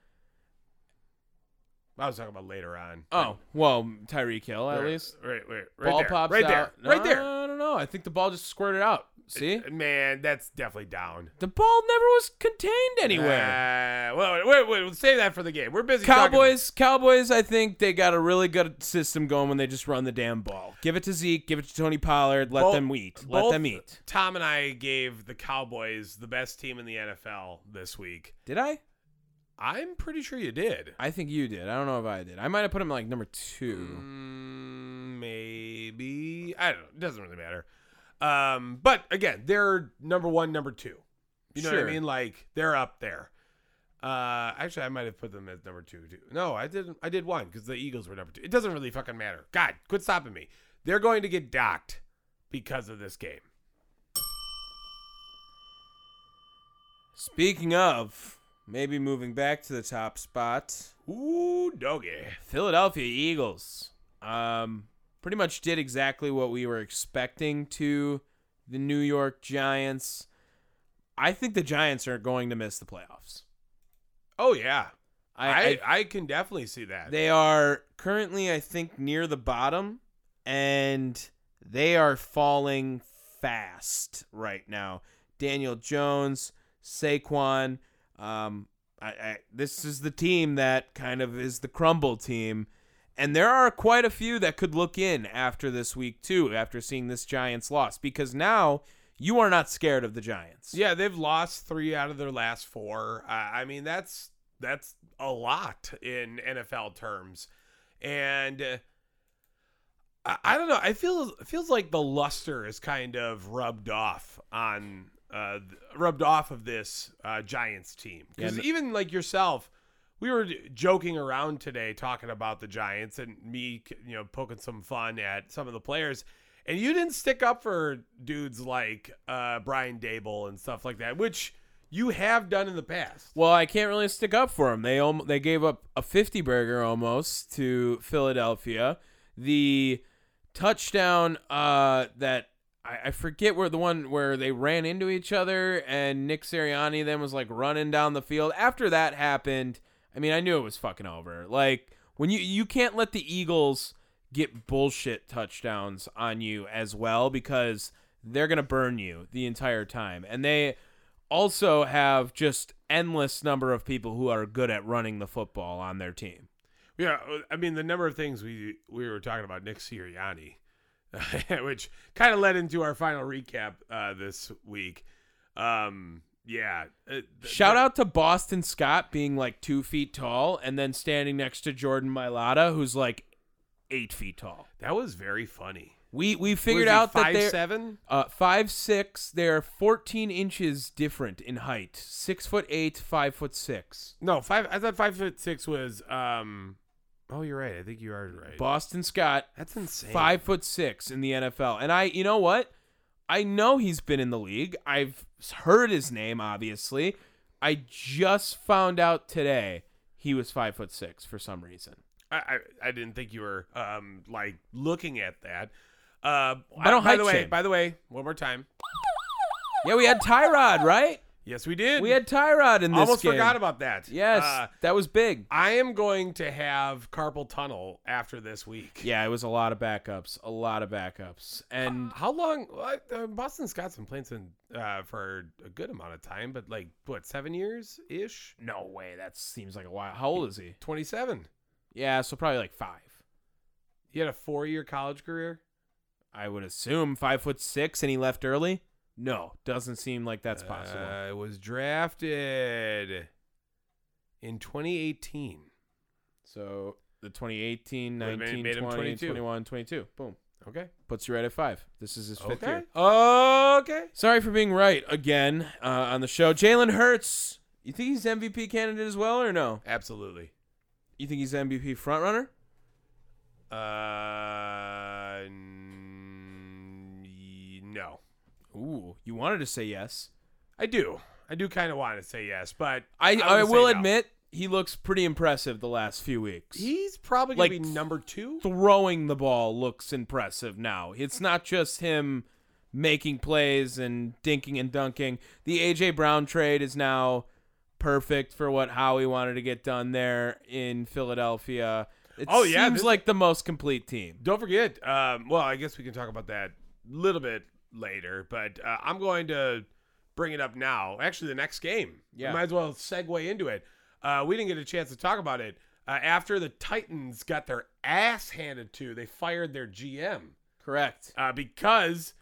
Speaker 4: I was talking about later on.
Speaker 3: Oh well, Tyreek Hill at
Speaker 4: Right,
Speaker 3: least.
Speaker 4: right, right, right
Speaker 3: ball
Speaker 4: there,
Speaker 3: pops
Speaker 4: right there,
Speaker 3: out.
Speaker 4: right there.
Speaker 3: No, I don't know. I think the ball just squirted out. See,
Speaker 4: Man, that's definitely down.
Speaker 3: the ball never was contained anywhere.
Speaker 4: Uh, well, wait, wait, wait, save that for the game. We're busy. talking-
Speaker 3: Cowboys, Cowboys. I think they got a really good system going when they just run the damn ball. Give it to Zeke. Give it to Tony Pollard. Let
Speaker 4: Bo-
Speaker 3: them eat. Let
Speaker 4: both
Speaker 3: them eat.
Speaker 4: Tom and I gave the Cowboys the best team in the NFL this week.
Speaker 3: Did I?
Speaker 4: I'm pretty sure you did.
Speaker 3: I think you did. I don't know if I did. I might have put him like number two.
Speaker 4: Mm, maybe I don't know. It doesn't really matter. Um, but again, they're number one, number two. You know
Speaker 3: Sure.
Speaker 4: what I mean? Like they're up there. Uh, actually, I might have put them at number two too. No, I didn't. I did one because the Eagles were number two. It doesn't really fucking matter. God, quit stopping me. They're going to get docked because of this game.
Speaker 3: Speaking of, maybe moving back to the top spot.
Speaker 4: Ooh, doggy.
Speaker 3: Philadelphia Eagles um, pretty much did exactly what we were expecting to the New York Giants. I think the Giants are going to miss the playoffs.
Speaker 4: Oh yeah,
Speaker 3: I,
Speaker 4: I,
Speaker 3: I-
Speaker 4: I can definitely see that.
Speaker 3: they are currently, I think, near the bottom, and they are falling fast right now. Daniel Jones, Saquon. Um, I, I, this is the team that kind of is the crumble team. And there are quite a few that could look in after this week, too, after seeing this Giants loss, because now you are not scared of the Giants.
Speaker 4: Yeah, they've lost three out of their last four. Uh, I mean, that's that's a lot in NFL terms, and uh, I, I don't know. I feel it feels like the luster is kind of rubbed off on uh, th- rubbed off of this uh, Giants team
Speaker 3: Yeah,
Speaker 4: because
Speaker 3: and-
Speaker 4: even like yourself. We were joking around today talking about the Giants and me, you know, poking some fun at some of the players. And you didn't stick up for dudes like uh, Brian Dable and stuff like that, which you have done in the past.
Speaker 3: Well, I can't really stick up for them. They om- they gave up a 50 burger almost to Philadelphia. The touchdown uh, that I, I forget where the one where they ran into each other and Nick Sirianni then was like running down the field. After that happened, I mean, I knew it was fucking over. Like when you you can't let the Eagles get bullshit touchdowns on you as well because they're gonna burn you the entire time, and they also have just endless number of people who are good at running the football on their team.
Speaker 4: Yeah, uh, I mean the number of things we we were talking about Nick Sirianni, which kind of led into our final recap uh, this week. Um, yeah, uh, th-
Speaker 3: Shout out to Boston Scott being like two feet tall and then standing next to Jordan Mailata, who's like eight feet tall.
Speaker 4: that was very funny.
Speaker 3: We we figured
Speaker 4: Was he
Speaker 3: out that
Speaker 4: five
Speaker 3: they're
Speaker 4: seven.
Speaker 3: uh, five six. They're fourteen inches different in height. Six foot eight, five foot six.
Speaker 4: No, five. I thought five foot six was. Um, oh, you're right. I think you are right.
Speaker 3: Boston Scott
Speaker 4: That's insane.
Speaker 3: five foot six in the NFL. And I, you know what? I know he's been in the league. I've heard his name, obviously. I just found out today he was five foot six for some reason.
Speaker 4: I, I, I didn't think you were um like looking at that. Uh,
Speaker 3: I don't
Speaker 4: by
Speaker 3: height
Speaker 4: the way,
Speaker 3: shame.
Speaker 4: by the way, one more time.
Speaker 3: Yeah, we had Tyrod, right?
Speaker 4: Yes, we did.
Speaker 3: We had Tyrod in this
Speaker 4: almost
Speaker 3: game.
Speaker 4: forgot about that.
Speaker 3: Yes,
Speaker 4: Uh,
Speaker 3: that was big.
Speaker 4: I am going to have carpal tunnel after this week.
Speaker 3: Yeah, it was a lot of backups, a lot of backups, and
Speaker 4: How long? well, Uh, Boston's got some plants in uh, for a good amount of time, but like what, seven years ish?
Speaker 3: no way that seems like a while. How old is he?
Speaker 4: Twenty-seven.
Speaker 3: Yeah, so probably like five.
Speaker 4: He had a four-year college career.
Speaker 3: I would assume five foot six, and he left early. No, doesn't seem like that's possible.
Speaker 4: Uh, it was drafted in 2018.
Speaker 3: so the 2018,
Speaker 4: Would've
Speaker 3: 19,
Speaker 4: made him
Speaker 3: 20,
Speaker 4: 22.
Speaker 3: 21, 22. Boom.
Speaker 4: Okay.
Speaker 3: Puts you right at five. This is his fifth
Speaker 4: Okay.
Speaker 3: year.
Speaker 4: Okay.
Speaker 3: Sorry for being right again uh, on the show. Jalen Hurts. You think he's MVP candidate as well, or no?
Speaker 4: Absolutely.
Speaker 3: You think he's MVP frontrunner?
Speaker 4: Uh, n- no.
Speaker 3: Ooh, you wanted to say yes.
Speaker 4: I do. I do kind of want to say yes, but
Speaker 3: I,
Speaker 4: I'm
Speaker 3: I,
Speaker 4: gonna say
Speaker 3: will
Speaker 4: no.
Speaker 3: admit he looks pretty impressive the last few weeks.
Speaker 4: he's probably gonna
Speaker 3: Like,
Speaker 4: be number two.
Speaker 3: Throwing the ball looks impressive now. It's not just him making plays and dinking and dunking. The AJ Brown trade is now perfect for what Howie wanted to get done there in Philadelphia. It
Speaker 4: Oh, yeah,
Speaker 3: seems
Speaker 4: this-
Speaker 3: like the most complete team.
Speaker 4: Don't forget. Um, well, I guess we can talk about that a little bit later, but uh, I'm going to bring it up now. Actually, the next game.
Speaker 3: Yeah.
Speaker 4: Might as well segue into it. Uh, we didn't get a chance to talk about it. Uh, after the Titans got their ass handed to, they fired their GM
Speaker 3: Correct.
Speaker 4: uh, because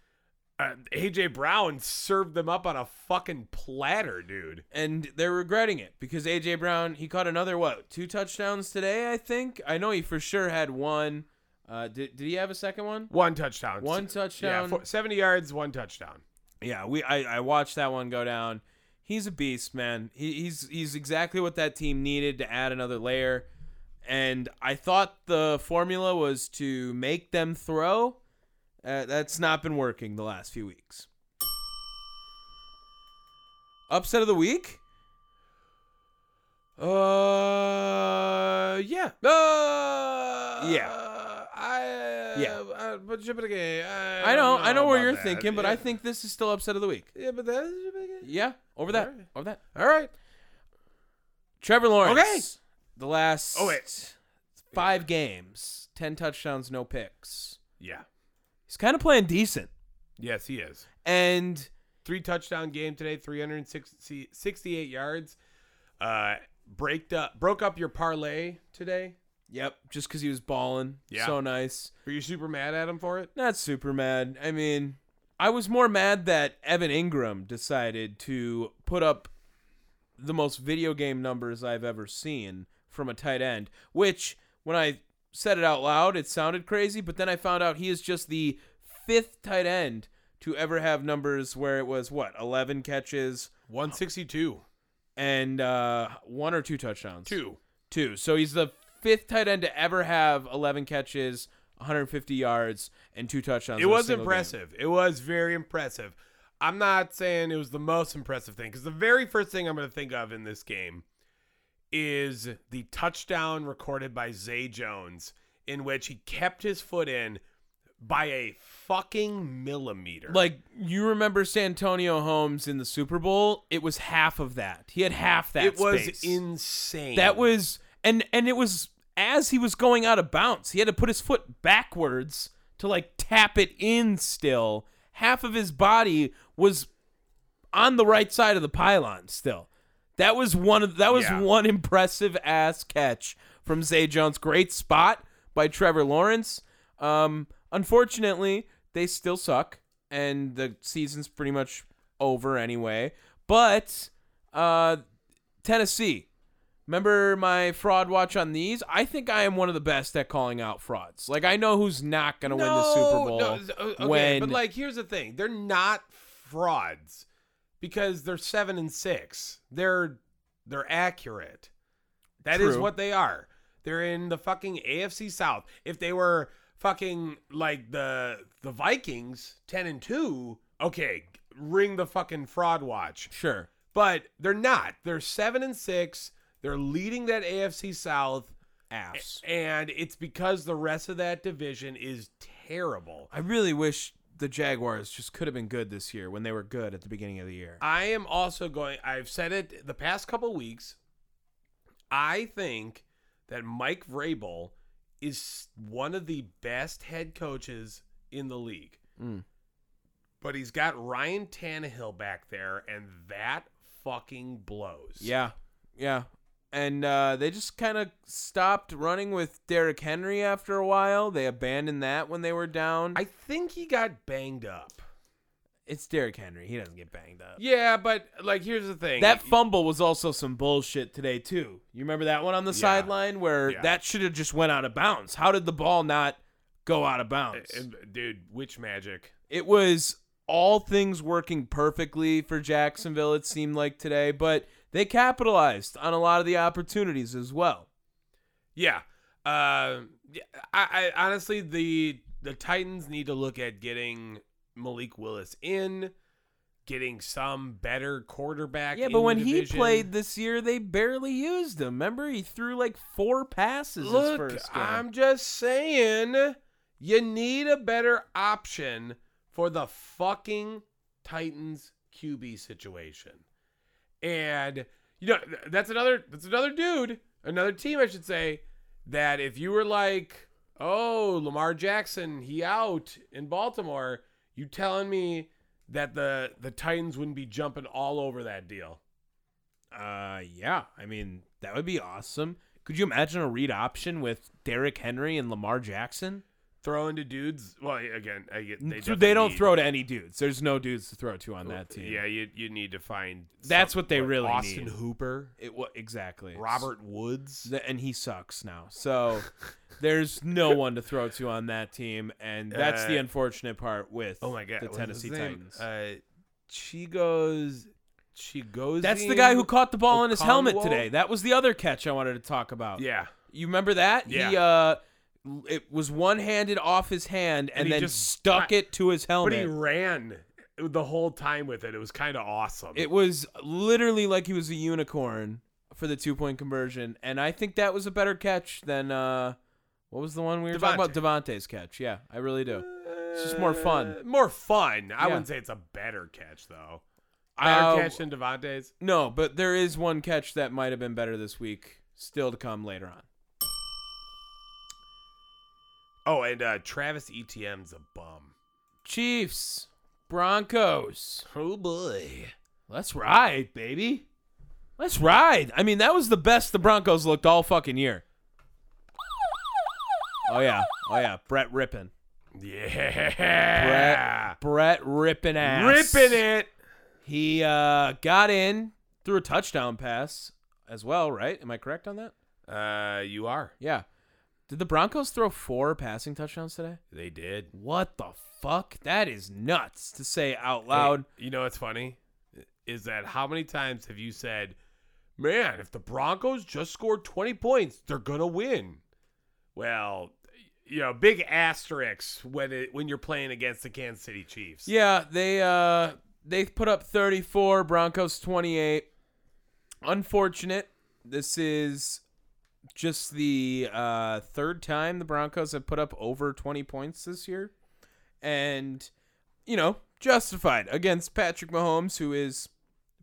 Speaker 4: uh, AJ Brown served them up on a fucking platter, dude.
Speaker 3: And they're regretting it because AJ Brown he caught another what two touchdowns today I think I know he for sure had one. Uh, did did he have a second one?
Speaker 4: One touchdown.
Speaker 3: One
Speaker 4: Yeah,
Speaker 3: touchdown.
Speaker 4: four, 70 yards, one touchdown.
Speaker 3: yeah, we I, I watched that one go down. He's a beast, man. He, he's he's exactly what that team needed to add another layer. And I thought the formula was to make them throw. Uh, that's not been working the last few weeks. Upset of the week?
Speaker 4: Uh, yeah. Uh, yeah. I,
Speaker 3: Yeah.
Speaker 4: Uh, but Jibbity, I,
Speaker 3: I know,
Speaker 4: don't
Speaker 3: I know where
Speaker 4: about
Speaker 3: you're
Speaker 4: that.
Speaker 3: thinking, but I
Speaker 4: Yeah.
Speaker 3: think this is still upset of the week.
Speaker 4: Yeah, but that's Jibbity.
Speaker 3: Yeah, over that,
Speaker 4: Alright.
Speaker 3: over that.
Speaker 4: All right.
Speaker 3: Trevor Lawrence.
Speaker 4: Okay.
Speaker 3: The last
Speaker 4: Oh, wait.
Speaker 3: five games, ten touchdowns, no picks.
Speaker 4: Yeah.
Speaker 3: He's kind of playing decent.
Speaker 4: Yes, he is.
Speaker 3: And
Speaker 4: Three touchdown game today, 368 yards. Uh, breaked up, broke up your parlay today.
Speaker 3: yep, just because he was balling,
Speaker 4: Yeah.
Speaker 3: so nice.
Speaker 4: Were you super mad at him for it?
Speaker 3: Not super mad. I mean, I was more mad that Evan Ingram decided to put up the most video game numbers I've ever seen from a tight end. Which, when I said it out loud, it sounded crazy, but then I found out he is just the fifth tight end to ever have numbers where it was what eleven catches
Speaker 4: 162.
Speaker 3: and uh, one or two touchdowns.
Speaker 4: Two.
Speaker 3: two. So he's the fifth tight end to ever have 11 catches, 150 yards, and two touchdowns.
Speaker 4: It
Speaker 3: in a
Speaker 4: was
Speaker 3: single game.
Speaker 4: impressive. It was very impressive. I'm not saying it was the most impressive thing because the very first thing I'm going to think of in this game is the touchdown recorded by Zay Jones, in which he kept his foot in by a fucking millimeter.
Speaker 3: Like you remember Santonio Holmes in the Super Bowl? It was half of that. He had half that.
Speaker 4: it was
Speaker 3: space.
Speaker 4: insane.
Speaker 3: that was and and it was as he was going out of bounds. He had to put his foot backwards to like tap it in. Still, half of his body was on the right side of the pylon. Still, that was one of that was
Speaker 4: Yeah.
Speaker 3: one impressive ass catch from Zay Jones. Great spot by Trevor Lawrence. Um, unfortunately, they still suck, and the season's pretty much over anyway. But uh, Tennessee, Remember my fraud watch on these? I think I am one of the best at calling out frauds. Like I know who's not going to win the Super Bowl
Speaker 4: No, no, okay,
Speaker 3: when
Speaker 4: but like here's the thing. They're not frauds because they're 7 and 6. They're they're accurate. That is
Speaker 3: True.
Speaker 4: what they are. They're in the fucking AFC South. If they were fucking like the the Vikings 10 and 2, okay, ring the fucking fraud watch.
Speaker 3: sure.
Speaker 4: But they're not. They're seven and six. They're leading that AFC South,
Speaker 3: Ass.
Speaker 4: and it's because the rest of that division is terrible.
Speaker 3: I really wish the Jaguars just could have been good this year when they were good at the beginning of the year.
Speaker 4: I am also going. I've said it the past couple weeks. I think that Mike Vrabel is one of the best head coaches in the league.
Speaker 3: Mm.
Speaker 4: But he's got Ryan Tannehill back there, and that fucking blows.
Speaker 3: Yeah, yeah. And uh, they just kind of stopped running with Derrick Henry after a while. They abandoned that when they were down.
Speaker 4: I think he got banged up.
Speaker 3: it's Derrick Henry. He doesn't get banged up.
Speaker 4: Yeah, but like, here's the thing.
Speaker 3: That fumble was also some bullshit today too. You remember that one on the
Speaker 4: Yeah.
Speaker 3: sideline where
Speaker 4: Yeah.
Speaker 3: that should have just went out of bounds. How did the ball not go out of bounds?
Speaker 4: dude, witch magic.
Speaker 3: It was all things working perfectly for Jacksonville it seemed like today, but they capitalized on a lot of the opportunities as well.
Speaker 4: Yeah. Uh, yeah, I, I honestly the the Titans need to look at getting Malik Willis in, getting some better quarterback.
Speaker 3: Yeah,
Speaker 4: in
Speaker 3: but
Speaker 4: the
Speaker 3: when he
Speaker 4: division.
Speaker 3: played this year, they barely used him. Remember, he threw like four passes
Speaker 4: look,
Speaker 3: his first game.
Speaker 4: I'm just saying, you need a better option for the fucking Titans QB situation. And you know th- that's another that's another dude, another team I should say that if you were like, "Oh, Lamar Jackson, he out in Baltimore," you telling me that the the Titans wouldn't be jumping all over that deal.
Speaker 3: Uh, yeah. I mean, that would be awesome. Could you imagine a read option with Derrick Henry and Lamar Jackson?
Speaker 4: Throwing to dudes, well, again, I get
Speaker 3: They,
Speaker 4: definitely
Speaker 3: they don't
Speaker 4: need-
Speaker 3: throw to any dudes. There's no dudes to throw to on that team.
Speaker 4: Yeah, you you need to find.
Speaker 3: That's
Speaker 4: some-
Speaker 3: what they really
Speaker 4: Austin
Speaker 3: need.
Speaker 4: Hooper,
Speaker 3: It wa exactly
Speaker 4: Robert Woods.
Speaker 3: Th- and he sucks now. So there's no one to throw to on that team, and that's the
Speaker 4: Uh,
Speaker 3: unfortunate part with
Speaker 4: Oh my god,
Speaker 3: the
Speaker 4: what's his
Speaker 3: Tennessee
Speaker 4: name?
Speaker 3: Titans.
Speaker 4: Uh, Chigos, Chigos.
Speaker 3: that's the guy who caught the ball in his helmet
Speaker 4: Okonwo?
Speaker 3: today. That was the other catch I wanted to talk about.
Speaker 4: Yeah,
Speaker 3: You remember that? He
Speaker 4: Yeah.
Speaker 3: uh l- it was one handed off his hand and,
Speaker 4: he
Speaker 3: then
Speaker 4: just
Speaker 3: stuck
Speaker 4: got-
Speaker 3: it to his
Speaker 4: but he
Speaker 3: helmet.
Speaker 4: ran the whole time with it. It was kind of awesome.
Speaker 3: it was literally like he was a unicorn for the two point conversion, and I think that was a better catch than uh what was the one we were talking about? Devontae's catch. Yeah, I really do. It's just more fun.
Speaker 4: Uh, More fun. I
Speaker 3: Yeah.
Speaker 4: wouldn't say it's a better catch though. Better
Speaker 3: Uh,
Speaker 4: catch than Devontae's.
Speaker 3: No, but there is one catch that might have been better this week, still to come later on.
Speaker 4: Oh, and uh, Travis Etienne's a bum.
Speaker 3: Chiefs, Broncos.
Speaker 4: Oh boy.
Speaker 3: Let's ride, baby. Let's ride. I mean, that was the best the Broncos looked all fucking year. Oh yeah, oh yeah, Brett ripping,
Speaker 4: Yeah.
Speaker 3: Brett ripping ass,
Speaker 4: Ripping it.
Speaker 3: He uh, got in, threw a touchdown pass as well, right? Am I correct on that?
Speaker 4: Uh, you are.
Speaker 3: Yeah. Did the Broncos throw four passing touchdowns today?
Speaker 4: They did.
Speaker 3: What the fuck? That is nuts to say out loud.
Speaker 4: Hey, you know what's funny? Is that how many times have you said, man, if the Broncos just scored 20 points, they're going to win? Well, you know, big asterisks when it when you're playing against the Kansas City Chiefs.
Speaker 3: Yeah, they uh they put up 34, Broncos 28. Unfortunate. This is just the uh third time the Broncos have put up over 20 points this year. And you know, justified against Patrick Mahomes who is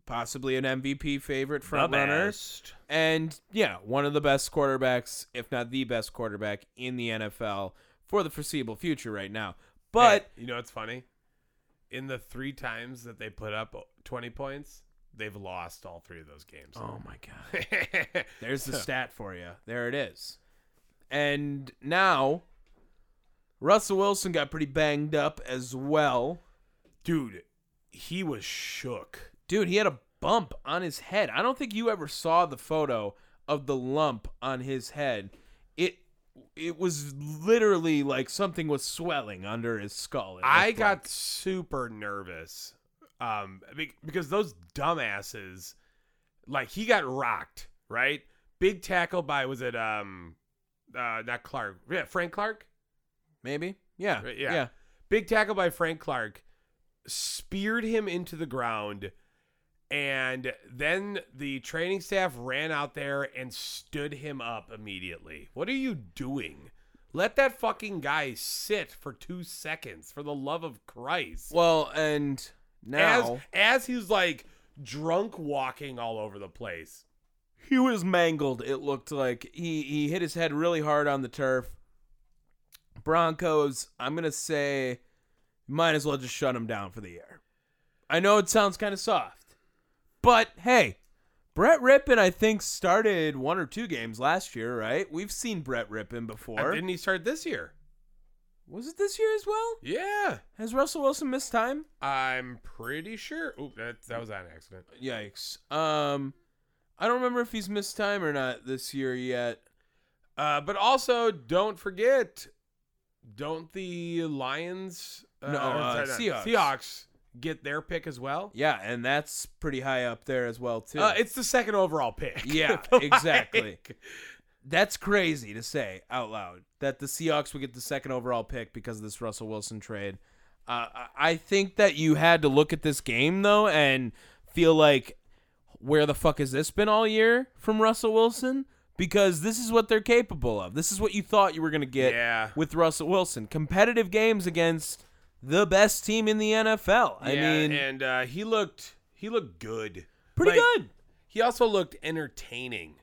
Speaker 3: possibly an MVP favorite
Speaker 4: the
Speaker 3: front runner.
Speaker 4: best.
Speaker 3: And yeah, one of the best quarterbacks, if not the best quarterback in the NFL for the foreseeable future right now. But
Speaker 4: Hey, you know what's funny? In the three times that they put up 20 points, they've lost all three of those games.
Speaker 3: oh my god. There's the stat for you. There it is. And now Russell Wilson got pretty banged up as well.
Speaker 4: Dude, he was shook.
Speaker 3: Dude, he had a bump on his head. I don't think you ever saw the photo of the lump on his head. It it was literally like something was swelling under his skull. It
Speaker 4: I
Speaker 3: looked
Speaker 4: got super nervous um, be- because those dumbasses, like he got rocked, right? Big tackle by was it um, uh, not Clark? Yeah, Frank Clark.
Speaker 3: Maybe. Yeah.
Speaker 4: Right, yeah.
Speaker 3: yeah.
Speaker 4: Big tackle by Frank Clark speared him into the ground, And then the training staff ran out there and stood him up immediately. What are you doing? Let that fucking guy sit for two seconds, for the love of Christ.
Speaker 3: Well, and now
Speaker 4: As as he's like drunk walking all over the place.
Speaker 3: he was mangled. It looked like he he hit his head really hard on the turf. Broncos, I'm gonna say, might as well just shut him down for the year. I know it sounds kind of soft, but hey, Brett Rippon I think started one or two games last year, right? We've seen Brett Rippon
Speaker 4: And
Speaker 3: before.
Speaker 4: didn't he start this year?
Speaker 3: Was it this year as well?
Speaker 4: Yeah,
Speaker 3: Has Russell Wilson missed time?
Speaker 4: I'm pretty sure. Oop, that that was an accident.
Speaker 3: Yikes. Um, I don't remember if he's missed time or not this year yet.
Speaker 4: Uh, but also, don't forget, don't the Lions? Uh,
Speaker 3: No,
Speaker 4: or
Speaker 3: uh,
Speaker 4: sorry, not-
Speaker 3: Seahawks.
Speaker 4: Seahawks get their pick as well.
Speaker 3: Yeah, and that's pretty high up there as well too.
Speaker 4: Uh, it's the second overall pick.
Speaker 3: Yeah, exactly.
Speaker 4: Like,
Speaker 3: that's crazy to say out loud that the Seahawks would get the second overall pick because of this Russell Wilson trade. Uh, I- I think that you had to look at this game though and feel like where the fuck has this been all year from Russell Wilson? Because this is what they're capable of. This is what you thought you were going to get
Speaker 4: Yeah.
Speaker 3: with Russell Wilson. Competitive games against the best team in the NFL. I
Speaker 4: yeah,
Speaker 3: mean,
Speaker 4: and uh, he looked he looked good.
Speaker 3: pretty
Speaker 4: Like,
Speaker 3: good.
Speaker 4: He also looked entertaining.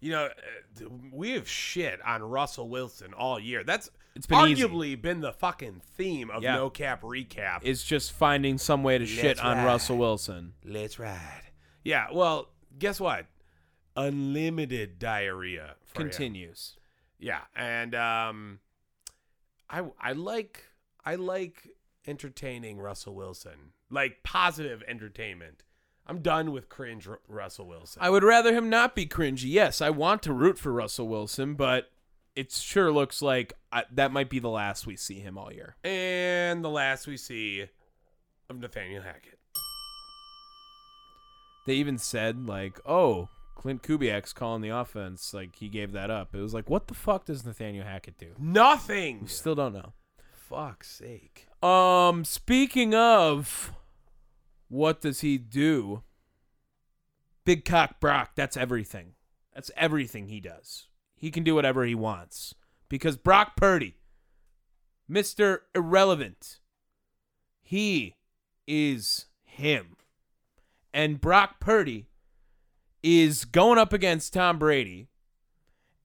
Speaker 4: You know, uh, we have shit on Russell Wilson all year. That's
Speaker 3: It's been easy.
Speaker 4: arguably been the fucking theme of
Speaker 3: Yeah.
Speaker 4: no cap recap.
Speaker 3: It's just finding some way to shit on
Speaker 4: ride.
Speaker 3: Russell Wilson.
Speaker 4: Let's ride. Yeah, well, guess what? Unlimited diarrhea. for him.
Speaker 3: Continues.
Speaker 4: Yeah, and um, I I like I like entertaining Russell Wilson, like positive entertainment. I'm done with cringe Ru- Russell Wilson.
Speaker 3: I would rather him not be cringy. Yes, I want to root for Russell Wilson, but it sure looks like I, that might be the last we see him all year.
Speaker 4: and the last we see of Nathaniel Hackett.
Speaker 3: They even said like, "Oh, Clint Kubiak's calling the offense. Like he gave that up." It was like, "What the fuck does Nathaniel Hackett do?"
Speaker 4: Nothing.
Speaker 3: We still don't know.
Speaker 4: Fuck's sake.
Speaker 3: Um, speaking of, what does he do? Big cock Brock. That's everything. That's everything he does. He can do whatever he wants because Brock Purdy, Mister Irrelevant, he is him, and Brock Purdy is going up against Tom Brady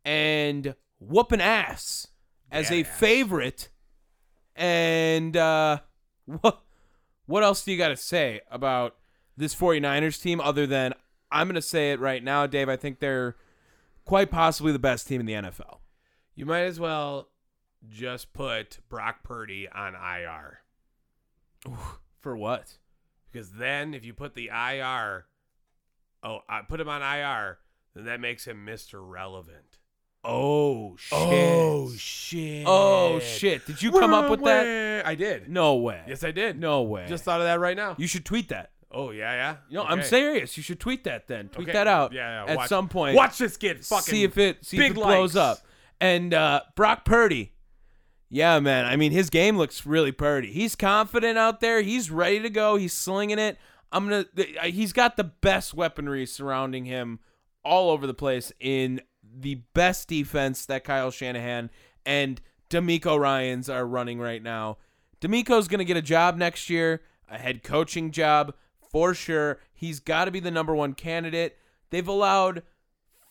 Speaker 3: and whooping ass as a
Speaker 4: Badass.
Speaker 3: favorite. And uh, what what else do you got to say about this 49ers team other than I'm going to say it right now, Dave. I think they're quite possibly the best team in the NFL.
Speaker 4: You might as well just put Brock Purdy on IR.
Speaker 3: For what?
Speaker 4: Because then if you put the IR, oh, I put him on IR, then that makes him Mr. Relevant.
Speaker 3: Oh shit!
Speaker 4: shit.
Speaker 3: Oh, shit. Did you come up with that?
Speaker 4: I did.
Speaker 3: No way!
Speaker 4: Yes, I did.
Speaker 3: no way!
Speaker 4: Just thought of that right now.
Speaker 3: you should tweet that.
Speaker 4: oh, yeah, yeah.
Speaker 3: No, I'm
Speaker 4: Okay.
Speaker 3: serious. You should tweet that then. Tweet
Speaker 4: Okay.
Speaker 3: that out
Speaker 4: Yeah, yeah,
Speaker 3: at
Speaker 4: watch-
Speaker 3: some point.
Speaker 4: Watch this kid fucking
Speaker 3: see if it see
Speaker 4: big
Speaker 3: if it blows
Speaker 4: likes.
Speaker 3: up. And uh, Brock Purdy, yeah, man. I mean, his game looks really purdy. He's confident out there. He's ready to go. He's slinging it. I'm gonna. th- uh, He's got the best weaponry surrounding him all over the place in the best defense that Kyle Shanahan and D'Amico Ryan's are running right now. D'Amico's gonna get a job next year, a head coaching job for sure. He's got to be the number one candidate. They've allowed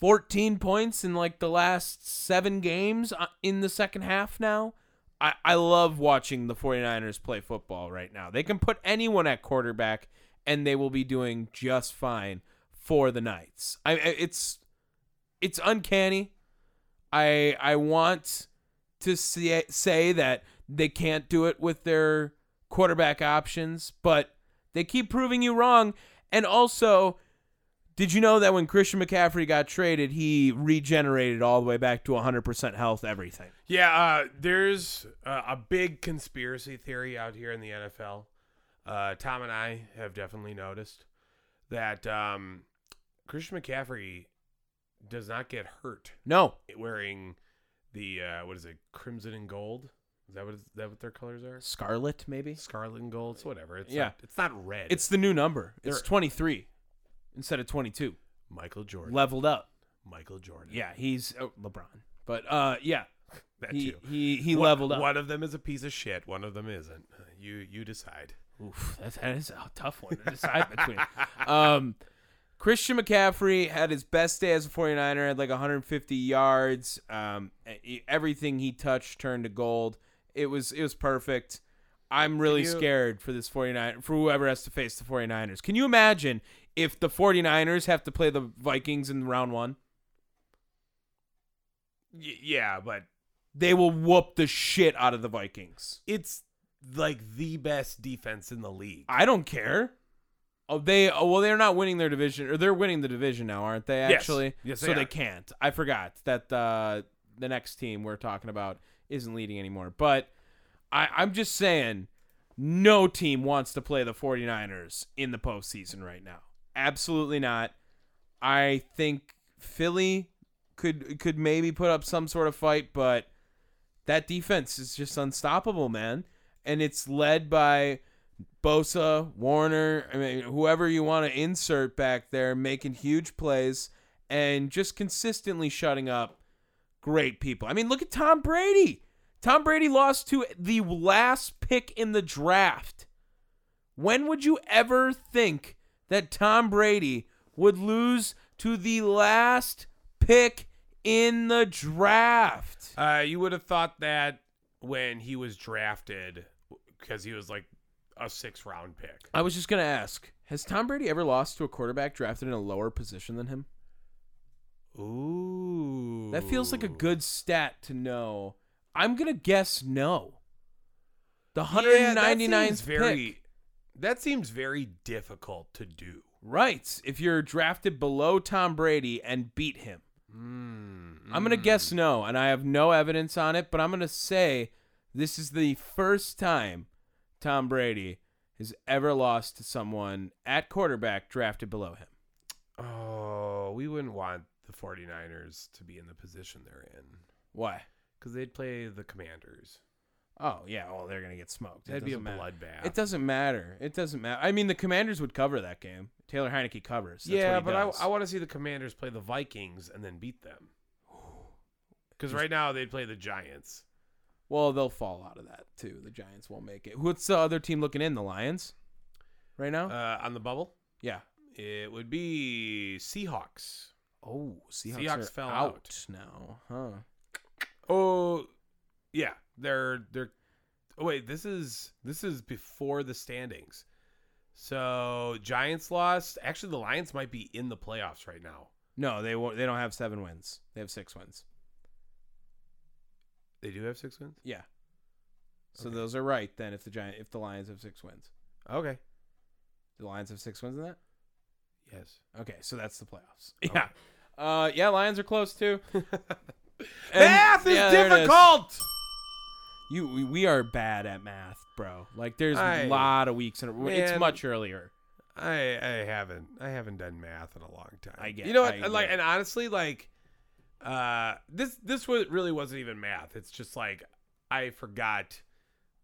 Speaker 3: 14 points in like the last seven games uh, in the second half now. I, I love watching the 49ers play football right now. They can put anyone at quarterback and they will be doing just fine for the Knights. I I- it's it's uncanny. I I want to say, say that they can't do it with their quarterback options, but they keep proving you wrong. And also, did you know that when Christian McCaffrey got traded, he regenerated all the way back to 100% health, everything?
Speaker 4: Yeah, uh, there's uh, a big conspiracy theory out here in the NFL. Uh, Tom and I have definitely noticed that um, Christian McCaffrey does not get hurt
Speaker 3: No.
Speaker 4: wearing the uh, what is it, crimson and gold? Is that what is that what their colors are?
Speaker 3: Scarlet, maybe?
Speaker 4: Scarlet and gold. It's whatever. It's
Speaker 3: Yeah.
Speaker 4: not, it's not red.
Speaker 3: It's the new number. It's
Speaker 4: They're-
Speaker 3: 23. instead of 22.
Speaker 4: Michael Jordan.
Speaker 3: Leveled up.
Speaker 4: Michael Jordan.
Speaker 3: Yeah, he's oh, LeBron. But uh, yeah,
Speaker 4: that
Speaker 3: he
Speaker 4: too.
Speaker 3: he, he
Speaker 4: One-
Speaker 3: leveled up.
Speaker 4: One of them is a piece of shit. One of them isn't. You you decide.
Speaker 3: Oof, that, that is a tough one to decide between. Um, Christian McCaffrey had his best day as a 49er, had like 150 yards. Um, e- everything he touched turned to gold. It was it was perfect. I'm really
Speaker 4: you-
Speaker 3: scared for this 49 for whoever has to face the 49ers. Can you imagine if the 49ers have to play the Vikings in round 1?
Speaker 4: Y- yeah, but
Speaker 3: They will whoop the shit out of the Vikings.
Speaker 4: it's like the best defense in the league.
Speaker 3: I don't care. Oh, they oh, well, they're not winning their division, or they're winning the division now, aren't they?
Speaker 4: Yes.
Speaker 3: Actually,
Speaker 4: Yes,
Speaker 3: so
Speaker 4: they are.
Speaker 3: can't. I forgot that uh, the next team we're talking about isn't leading anymore. But I, I'm just saying, no team wants to play the 49ers in the postseason right now. Absolutely not. I think Philly could could maybe put up some sort of fight, but that defense is just unstoppable, man. And it's led by Bosa, Warner, I mean, whoever you want to insert back there, making huge plays and just consistently shutting up great people. I mean, look at Tom Brady. Tom Brady lost to the last pick in the draft. When would you ever think that Tom Brady would lose to the last pick in the draft?
Speaker 4: Uh, you would have thought that when he was drafted, because he was like a six round pick.
Speaker 3: I was just going to ask Has Tom Brady ever lost to a quarterback drafted in a lower position than him?
Speaker 4: Ooh,
Speaker 3: That feels like a good stat to know. I'm gonna guess no. The
Speaker 4: Yeah,
Speaker 3: 199th
Speaker 4: that seems
Speaker 3: very...
Speaker 4: Very, that seems very difficult to do.
Speaker 3: Right. If you're drafted below Tom Brady and beat him. Hmm, I'm
Speaker 4: Hmm.
Speaker 3: gonna guess no, and I have no evidence on it, but I'm gonna say this is the first time Tom Brady has ever lost to someone at quarterback drafted below him.
Speaker 4: Oh, we wouldn't want the 49ers to be in the position they're in
Speaker 3: Why?
Speaker 4: because they'd play the Commanders.
Speaker 3: Oh yeah, well they're gonna get smoked. It
Speaker 4: That'd be a
Speaker 3: doesn't matter.
Speaker 4: bloodbath.
Speaker 3: It doesn't matter. It doesn't matter. I mean, the Commanders would cover that game. Taylor Heineke covers. That's
Speaker 4: yeah,
Speaker 3: what he
Speaker 4: but I,
Speaker 3: does.
Speaker 4: I want to see the Commanders play the Vikings and then beat them. Because right now they'd play the Giants.
Speaker 3: well, they'll fall out of that too. The Giants won't make it. What's the other team looking in? The Lions, right now.
Speaker 4: Uh, on the bubble,
Speaker 3: yeah.
Speaker 4: it would be Seahawks.
Speaker 3: Oh, Seahawks,
Speaker 4: Seahawks
Speaker 3: are
Speaker 4: fell
Speaker 3: out,
Speaker 4: out.
Speaker 3: now, huh?
Speaker 4: Oh, yeah, they're they're. Oh, wait, this is this is before the standings. So Giants lost. Actually, the Lions might be in the playoffs right now.
Speaker 3: No, they won't. They don't have seven wins. They have six wins.
Speaker 4: They do have six wins.
Speaker 3: Yeah. So
Speaker 4: Okay.
Speaker 3: those are right then. If the Giant, if the Lions have six wins,
Speaker 4: Okay.
Speaker 3: do the Lions have six wins in that?
Speaker 4: Yes.
Speaker 3: Okay, so that's the playoffs. Yeah. Uh, yeah, Lions are close too. And-
Speaker 4: Math is
Speaker 3: yeah, there it
Speaker 4: difficult.
Speaker 3: You we, we are bad at math, bro. Like there's
Speaker 4: I-
Speaker 3: a lot of weeks in a, it's
Speaker 4: Man.
Speaker 3: much earlier.
Speaker 4: I I haven't I haven't done math in a long time.
Speaker 3: I get-
Speaker 4: you know what
Speaker 3: I
Speaker 4: and like
Speaker 3: get it.
Speaker 4: and honestly like uh this this was really wasn't even math. It's just like I forgot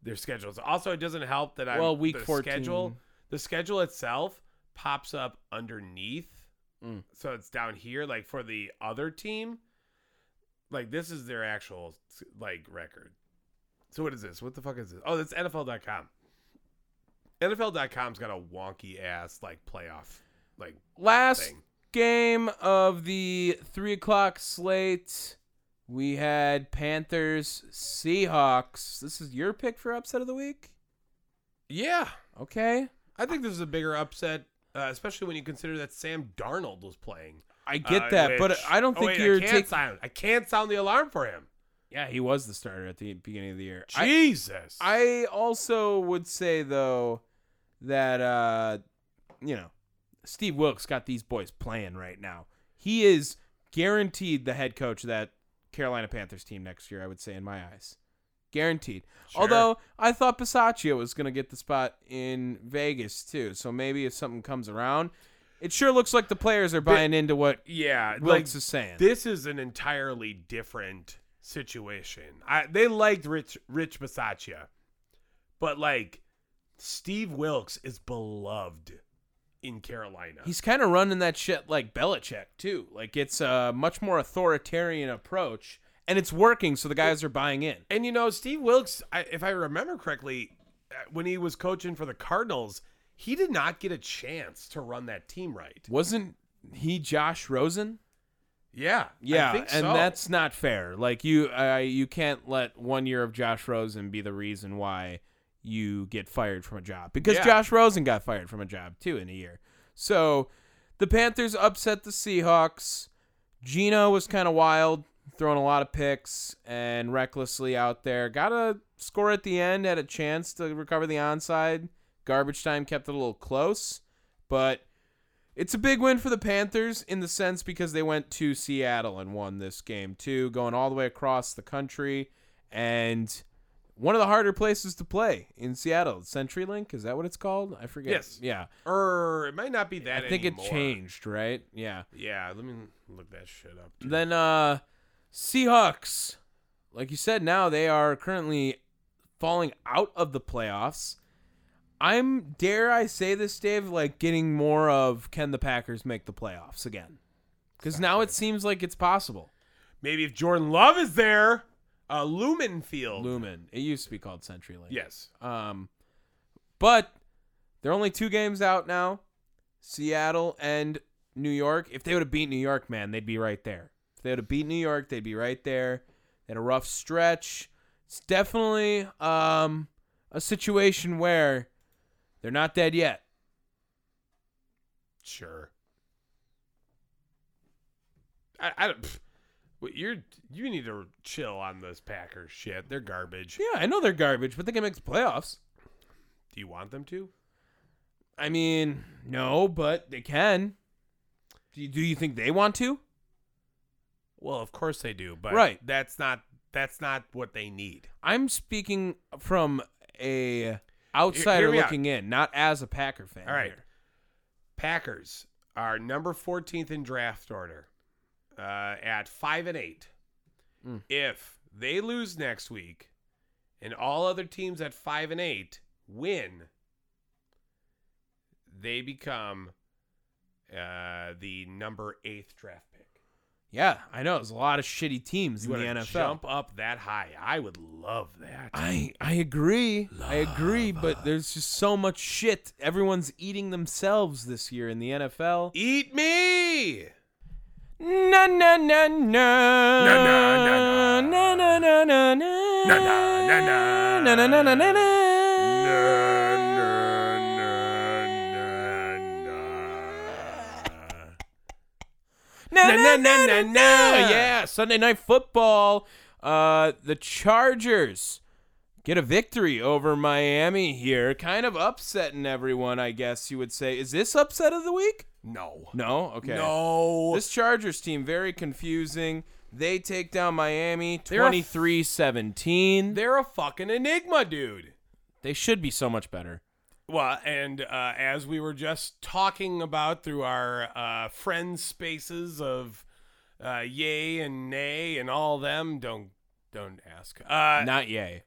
Speaker 4: their schedules. Also, it doesn't help that I
Speaker 3: well, week
Speaker 4: the
Speaker 3: 14.
Speaker 4: schedule the schedule itself pops up underneath,
Speaker 3: Mm.
Speaker 4: so it's down here like for the other team. Like this is their actual like record. So what is this? What the fuck is this? Oh, that's NFL.com. NFL.com's got a wonky ass like playoff like
Speaker 3: Last
Speaker 4: thing.
Speaker 3: game of the three o'clock slate, we had Panthers Seahawks. This is your pick for upset of the week.
Speaker 4: Yeah,
Speaker 3: Okay,
Speaker 4: I think this is a bigger upset, uh, especially when you consider that Sam Darnold was playing.
Speaker 3: I get
Speaker 4: Uh,
Speaker 3: that, but
Speaker 4: which-
Speaker 3: I don't
Speaker 4: Oh,
Speaker 3: think
Speaker 4: wait,
Speaker 3: you're
Speaker 4: I can't
Speaker 3: taking.
Speaker 4: sound. I can't sound the alarm for him.
Speaker 3: Yeah, he was the starter at the beginning of the year. I-
Speaker 4: Jesus.
Speaker 3: I also would say though that uh you know Steve Wilkes got these boys playing right now. He is guaranteed the head coach of that Carolina Panthers team next year, I would say in my eyes. Guaranteed.
Speaker 4: Sure.
Speaker 3: Although I thought Passaccio was going to get the spot in Vegas too, so maybe if something comes around, it sure looks like the players are buying into what
Speaker 4: yeah,
Speaker 3: Wilkes
Speaker 4: like
Speaker 3: is saying.
Speaker 4: this is an entirely different situation. I they liked Rich Rich Bisaccia, but like Steve Wilkes is beloved in Carolina.
Speaker 3: He's kind of running that shit like Belichick too. Like it's a much more authoritarian approach, and it's working. So the guys are buying in.
Speaker 4: And you know, Steve Wilkes, I, if I remember correctly, uh, when he was coaching for the Cardinals, he did not get a chance to run that team right.
Speaker 3: Wasn't he Josh Rosen?
Speaker 4: Yeah, I
Speaker 3: Yeah,
Speaker 4: think
Speaker 3: and
Speaker 4: so.
Speaker 3: that's not fair. Like you, uh, you can't let one year of Josh Rosen be the reason why you get fired from a job because
Speaker 4: Yeah.
Speaker 3: Josh Rosen got fired from a job too in a year. So the Panthers upset the Seahawks. Gino was kind of wild, throwing a lot of picks and recklessly out there. Got a score at the end, had a chance to recover the onside. Garbage time kept it a little close, but it's a big win for the Panthers in the sense because they went to Seattle and won this game too, going all the way across the country and one of the harder places to play in Seattle. CenturyLink, is that what it's called? I forget.
Speaker 4: Yes.
Speaker 3: Yeah.
Speaker 4: or it might not be that.
Speaker 3: I think it
Speaker 4: anymore.
Speaker 3: changed, right? Yeah.
Speaker 4: Yeah, let me look that shit up. too.
Speaker 3: Then uh Seahawks, like you said, now they are currently falling out of the playoffs. I'm dare I say this, Dave, like getting more of can the Packers make the playoffs again? Because now it seems like it's possible.
Speaker 4: Maybe if Jordan Love is there, uh, Lumen Field.
Speaker 3: Lumen, it used to be called CenturyLink.
Speaker 4: Yes.
Speaker 3: Um, but they're only two games out now. Seattle and New York. If they would have beat New York, man, they'd be right there. If they would have beat New York, they'd be right there. They had a rough stretch. It's definitely um a situation where they're not dead yet.
Speaker 4: Sure. I, I don't. Pff, What you're you need to chill on this Packers shit. They're garbage.
Speaker 3: Yeah, I know they're garbage, but they can make the playoffs.
Speaker 4: Do you want them to?
Speaker 3: I mean, no, but they can. Do you, do you think they want to?
Speaker 4: Well, of course they do, but
Speaker 3: Right.
Speaker 4: That's not that's not what they need.
Speaker 3: I'm speaking from a
Speaker 4: Hear
Speaker 3: outsider
Speaker 4: me out.
Speaker 3: looking in, not as a Packer fan.
Speaker 4: All right.
Speaker 3: here.
Speaker 4: Packers are number 14th in draft order uh, at 5 and 8.
Speaker 3: Mm.
Speaker 4: If they lose next week and all other teams at 5 and 8 win, they become uh, the number 8th draft pick.
Speaker 3: Yeah, I know. There's a lot of shitty teams
Speaker 4: You
Speaker 3: in the
Speaker 4: wanna
Speaker 3: NFL.
Speaker 4: jump up that high. I would love that.
Speaker 3: I I agree. I agree, but there's just so much shit. Everyone's eating themselves this year in the NFL.
Speaker 4: Eat me.
Speaker 3: Na na
Speaker 4: na,
Speaker 3: na na
Speaker 4: na, na.
Speaker 3: na na na na
Speaker 4: Na,
Speaker 3: na
Speaker 4: na, na, na.
Speaker 3: na na na na na
Speaker 4: Na, na,
Speaker 3: na
Speaker 4: na, na, na.
Speaker 3: Yeah, Sunday night football. Uh, the Chargers get a victory over Miami here, kind of upsetting everyone. I guess you would say. Is this upset of the week?
Speaker 4: No.
Speaker 3: No. Okay.
Speaker 4: No.
Speaker 3: This Chargers team very confusing. They take down Miami
Speaker 4: They're a-
Speaker 3: 23-17. They
Speaker 4: They're a fucking enigma, dude.
Speaker 3: should be so much better.
Speaker 4: Well, and uh, as we were just talking about through our uh, friend spaces of uh, yay and nay and all them, don't don't ask. Uh,
Speaker 3: Not yay.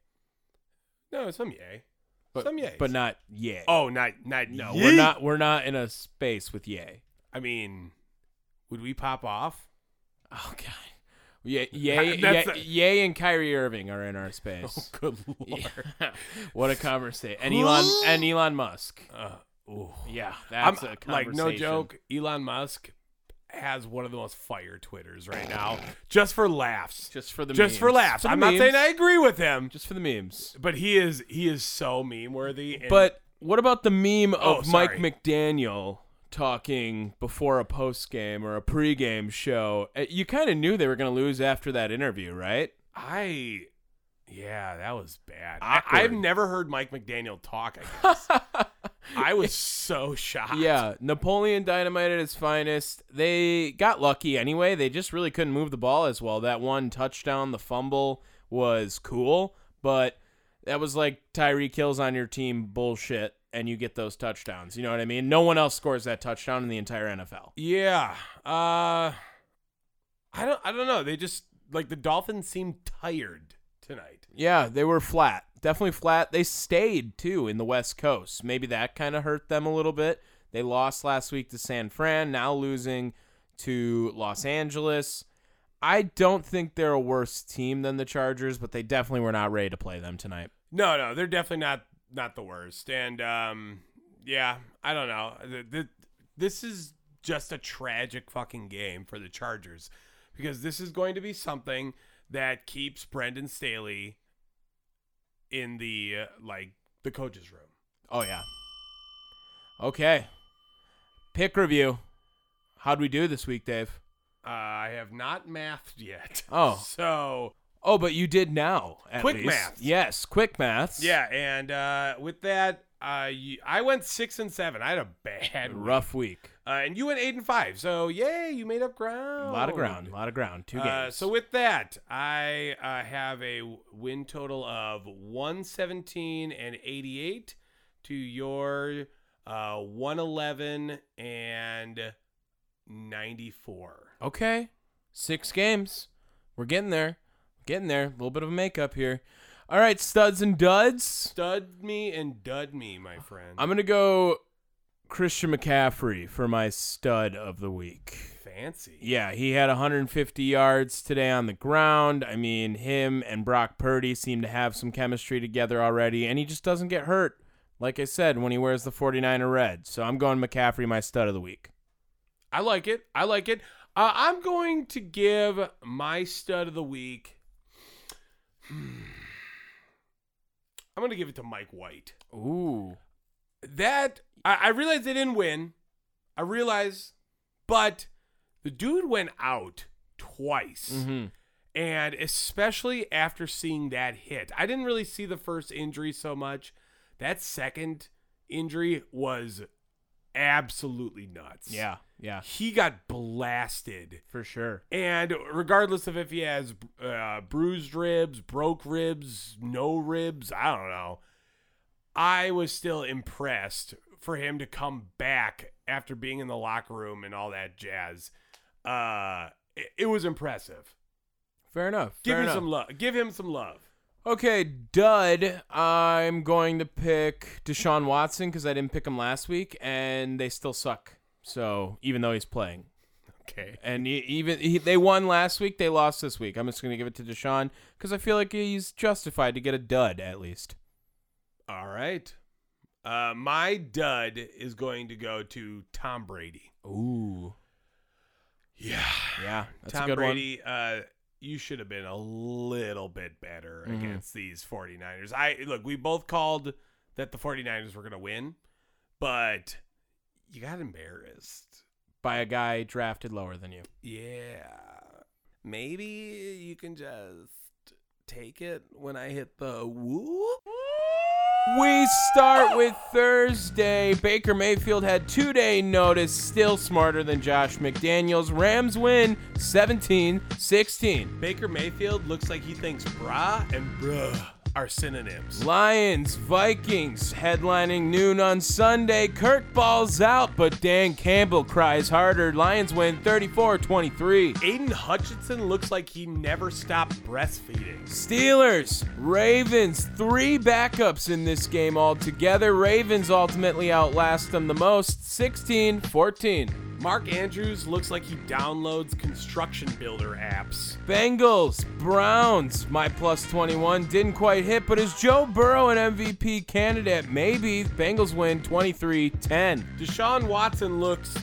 Speaker 4: no, some yay,
Speaker 3: But,
Speaker 4: some yays,
Speaker 3: but not yay.
Speaker 4: Oh, not not no.
Speaker 3: no, we're not we're not in a space with yay.
Speaker 4: I mean, would we pop off?
Speaker 3: Oh god. Yeah, yay,
Speaker 4: That's
Speaker 3: yay,
Speaker 4: a-
Speaker 3: yay and Kyrie Irving are in our space.
Speaker 4: Oh, Good lord.
Speaker 3: what a conversation. And Elon and Elon Musk.
Speaker 4: Uh, ooh.
Speaker 3: Yeah,
Speaker 4: I'm, uh,
Speaker 3: that's a
Speaker 4: like
Speaker 3: conversation.
Speaker 4: no joke. Elon Musk has one of the most fire twitters right now, just for laughs.
Speaker 3: Just for the
Speaker 4: just for
Speaker 3: memes.
Speaker 4: laughs.
Speaker 3: For the
Speaker 4: I'm
Speaker 3: memes.
Speaker 4: not saying I agree with him,
Speaker 3: Just for the memes.
Speaker 4: but he is he is so meme worthy. and-
Speaker 3: But what about the meme of
Speaker 4: Oh,
Speaker 3: Mike
Speaker 4: sorry.
Speaker 3: McDaniel talking before a post game or a pregame show? Uh, You kind of knew they were going to lose after that interview, right?
Speaker 4: I, yeah, that was bad. I,
Speaker 3: Awkward.
Speaker 4: I've never heard Mike McDaniel talk. I guess I was so shocked.
Speaker 3: yeah, Napoleon Dynamite at his finest. They got lucky anyway. They just really couldn't move the ball as well. That one touchdown, the fumble was cool, but that was like Tyree kills on your team bullshit and you get those touchdowns. You know what I mean? No one else scores that touchdown in the entire NFL.
Speaker 4: yeah. Uh, I don't I don't know. They just like the Dolphins seemed tired tonight.
Speaker 3: Yeah, they were flat. Definitely flat. They stayed too in the West Coast. Maybe that kind of hurt them a little bit. They lost last week to San Fran, now losing to Los Angeles. I don't think they're a worse team than the Chargers, but they definitely were not ready to play them tonight.
Speaker 4: No, no, they're definitely not not the worst. And um, yeah, I don't know. Th- th- This is just a tragic fucking game for the Chargers because this is going to be something that keeps Brendan Staley in the uh, like the coaches room.
Speaker 3: Oh yeah. Okay. Pick review. How'd we do this week, Dave?
Speaker 4: Uh, I have not mathed yet.
Speaker 3: Oh.
Speaker 4: so
Speaker 3: Oh, but you did now. at
Speaker 4: Quick
Speaker 3: least.
Speaker 4: maths.
Speaker 3: Yes, quick maths.
Speaker 4: yeah, and uh, with that, uh, you, I went six and seven. I had a bad week.
Speaker 3: Rough week.
Speaker 4: Uh, and you went eight and five. So yay, you made up ground.
Speaker 3: A lot of ground. A lot of ground. Two games.
Speaker 4: Oh. Uh, so with that, I uh, have a win total of 117 and 88 to your uh, 111 and 94.
Speaker 3: okay, six games. We're getting there. Getting there. A little bit of a makeup here. All right, studs and duds.
Speaker 4: Stud me and dud me, my friend.
Speaker 3: I'm gonna go Christian McCaffrey for my stud of the week.
Speaker 4: fancy.
Speaker 3: Yeah, he had 150 yards today on the ground. I mean, him and Brock Purdy seem to have some chemistry together already, and he just doesn't get hurt, like I said, when he wears the 49er red. So I'm going McCaffrey, my stud of the week.
Speaker 4: I like it. I like it. Uh, I'm going to give my stud of the week. I'm going to give it to Mike White.
Speaker 3: Ooh.
Speaker 4: that I, I realize they didn't win. I realize, but the dude went out twice,
Speaker 3: hmm
Speaker 4: and especially after seeing that hit, I didn't really see the first injury so much. That second injury was absolutely nuts.
Speaker 3: Yeah, yeah,
Speaker 4: he got blasted.
Speaker 3: for sure.
Speaker 4: And regardless of if he has uh, bruised ribs, broke ribs, no ribs, I don't know. I was still impressed for him to come back after being in the locker room and all that jazz. Uh, it, it was impressive.
Speaker 3: Fair enough.
Speaker 4: Give
Speaker 3: fair
Speaker 4: him
Speaker 3: enough.
Speaker 4: some love. Give him some love.
Speaker 3: Okay, dud. I'm going to pick Deshaun Watson because I didn't pick him last week, and they still suck. So even though he's playing,
Speaker 4: Okay.
Speaker 3: And e- even he, they won last week, they lost this week. I'm just going to give it to Deshaun because I feel like he's justified to get a dud at least.
Speaker 4: All right. Uh, my dud is going to go to Tom Brady.
Speaker 3: Ooh,
Speaker 4: Yeah.
Speaker 3: yeah, that's
Speaker 4: Tom
Speaker 3: a good
Speaker 4: Brady, uh, you should have been a little bit better
Speaker 3: Mhm.
Speaker 4: against these 49ers. I look, we both called that the 49ers were going to win, but you got embarrassed.
Speaker 3: one by a guy drafted lower than you.
Speaker 4: Yeah. Maybe you can just take it when I hit the whoop.
Speaker 3: We start with Thursday. Baker Mayfield had two day notice, still smarter than Josh McDaniels. Rams win 17 16.
Speaker 4: Baker Mayfield looks like he thinks bra and bruh are synonyms.
Speaker 3: Lions, Vikings, headlining noon on Sunday. Kirk balls out, but Dan Campbell cries harder. Lions win 34 23.
Speaker 4: Aiden Hutchinson looks like he never stopped breastfeeding.
Speaker 3: Steelers, Ravens, three backups in this game altogether. Ravens ultimately outlast them the most 16 14.
Speaker 4: Mark Andrews looks like he downloads construction builder apps.
Speaker 3: Bengals, Browns, my plus 21 didn't quite hit, but is Joe Burrow an MVP candidate? Maybe. Bengals win 23 10.
Speaker 4: Deshaun Watson looks.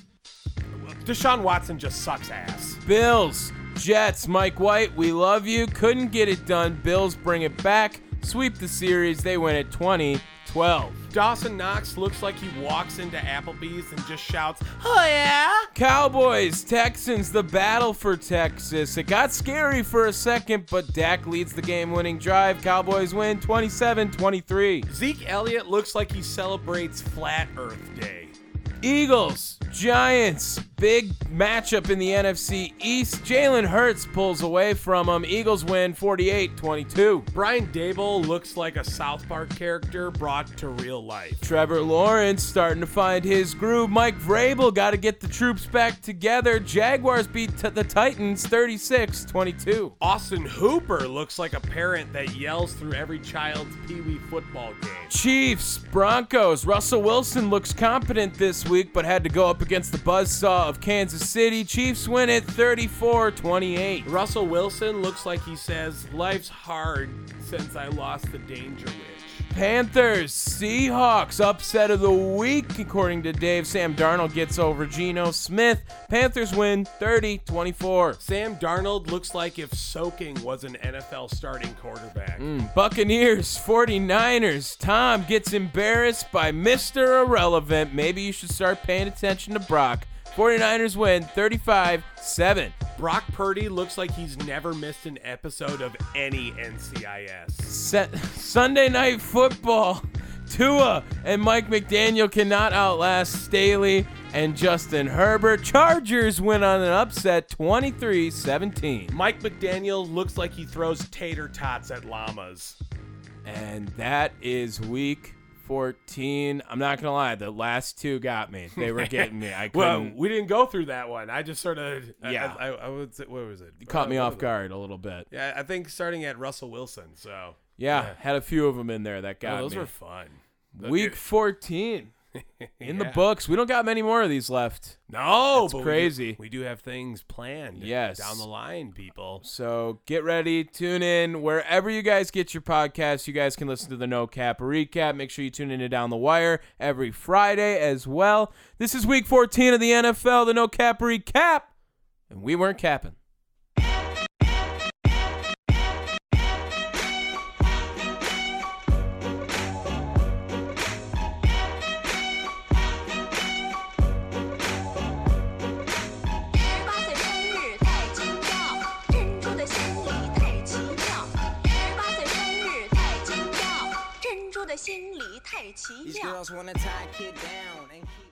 Speaker 4: Deshaun Watson just sucks ass.
Speaker 3: Bills, Jets, Mike White, we love you. Couldn't get it done. Bills bring it back, sweep the series. They win at 20 12.
Speaker 4: Dawson Knox looks like he walks into Applebee's and just shouts, Oh yeah!
Speaker 3: Cowboys, Texans, the battle for Texas. It got scary for a second, but Dak leads the game winning drive. Cowboys win 27 23.
Speaker 4: Zeke Elliott looks like he celebrates Flat Earth Day.
Speaker 3: Eagles, Giants, big matchup in the NFC East. Jalen Hurts pulls away from them. Eagles win 48 22.
Speaker 4: Brian Dable looks like a South Park character brought to real life.
Speaker 3: Trevor Lawrence starting to find his groove. Mike Vrabel got to get the troops back together. Jaguars beat t- the Titans 36 22.
Speaker 4: Austin Hooper looks like a parent that yells through every child's Pee Wee football game.
Speaker 3: Chiefs, Broncos. Russell Wilson looks competent this week, but had to go up against the buzzsaw of Kansas City. Chiefs win it 34 28.
Speaker 4: Russell Wilson looks like he says, Life's hard since I lost the Danger Witch.
Speaker 3: Panthers, Seahawks, upset of the week, according to Dave. Sam Darnold gets over Geno Smith. Panthers win 30 24.
Speaker 4: Sam Darnold looks like if soaking was an NFL starting quarterback.
Speaker 3: Mm. Buccaneers, 49ers. Tom gets embarrassed by Mr. Irrelevant. Maybe you should start paying attention to Brock. 49ers win 35 7.
Speaker 4: Brock Purdy looks like he's never missed an episode of any NCIS.
Speaker 3: Sunday night football. Tua and Mike McDaniel cannot outlast Staley and Justin Herbert. Chargers win on an upset 23 17.
Speaker 4: Mike McDaniel looks like he throws tater tots at llamas.
Speaker 3: And that is week 14. I'm not going to lie, the last two got me. They were getting me. I
Speaker 4: Well,
Speaker 3: couldn't.
Speaker 4: we didn't go through that one. I just sort of
Speaker 3: Yeah.
Speaker 4: I, I, I would say, what was it?
Speaker 3: caught me
Speaker 4: Uh,
Speaker 3: off guard a little bit.
Speaker 4: Yeah, I think starting at Russell Wilson. So
Speaker 3: Yeah, had a few of them in there that got
Speaker 4: Oh, those
Speaker 3: me.
Speaker 4: were fun.
Speaker 3: week 14 in the
Speaker 4: Yeah.
Speaker 3: books. We don't got many more of these left.
Speaker 4: No, but we do-
Speaker 3: crazy.
Speaker 4: We do, have things planned.
Speaker 3: Yes.
Speaker 4: down the line, people.
Speaker 3: So get ready, tune in wherever you guys get your podcasts. You guys can listen to the No Cap recap. Make sure you tune in to Down the Wire every Friday as well. This is week 14 of the NFL, the No Cap recap, and we weren't capping.
Speaker 1: 十八岁生日太轻飘，珍珠的心里太奇妙。十八岁生日太轻飘，珍珠的心里太奇
Speaker 5: These
Speaker 1: 妙。
Speaker 5: girls wanna tie a kid down and keep.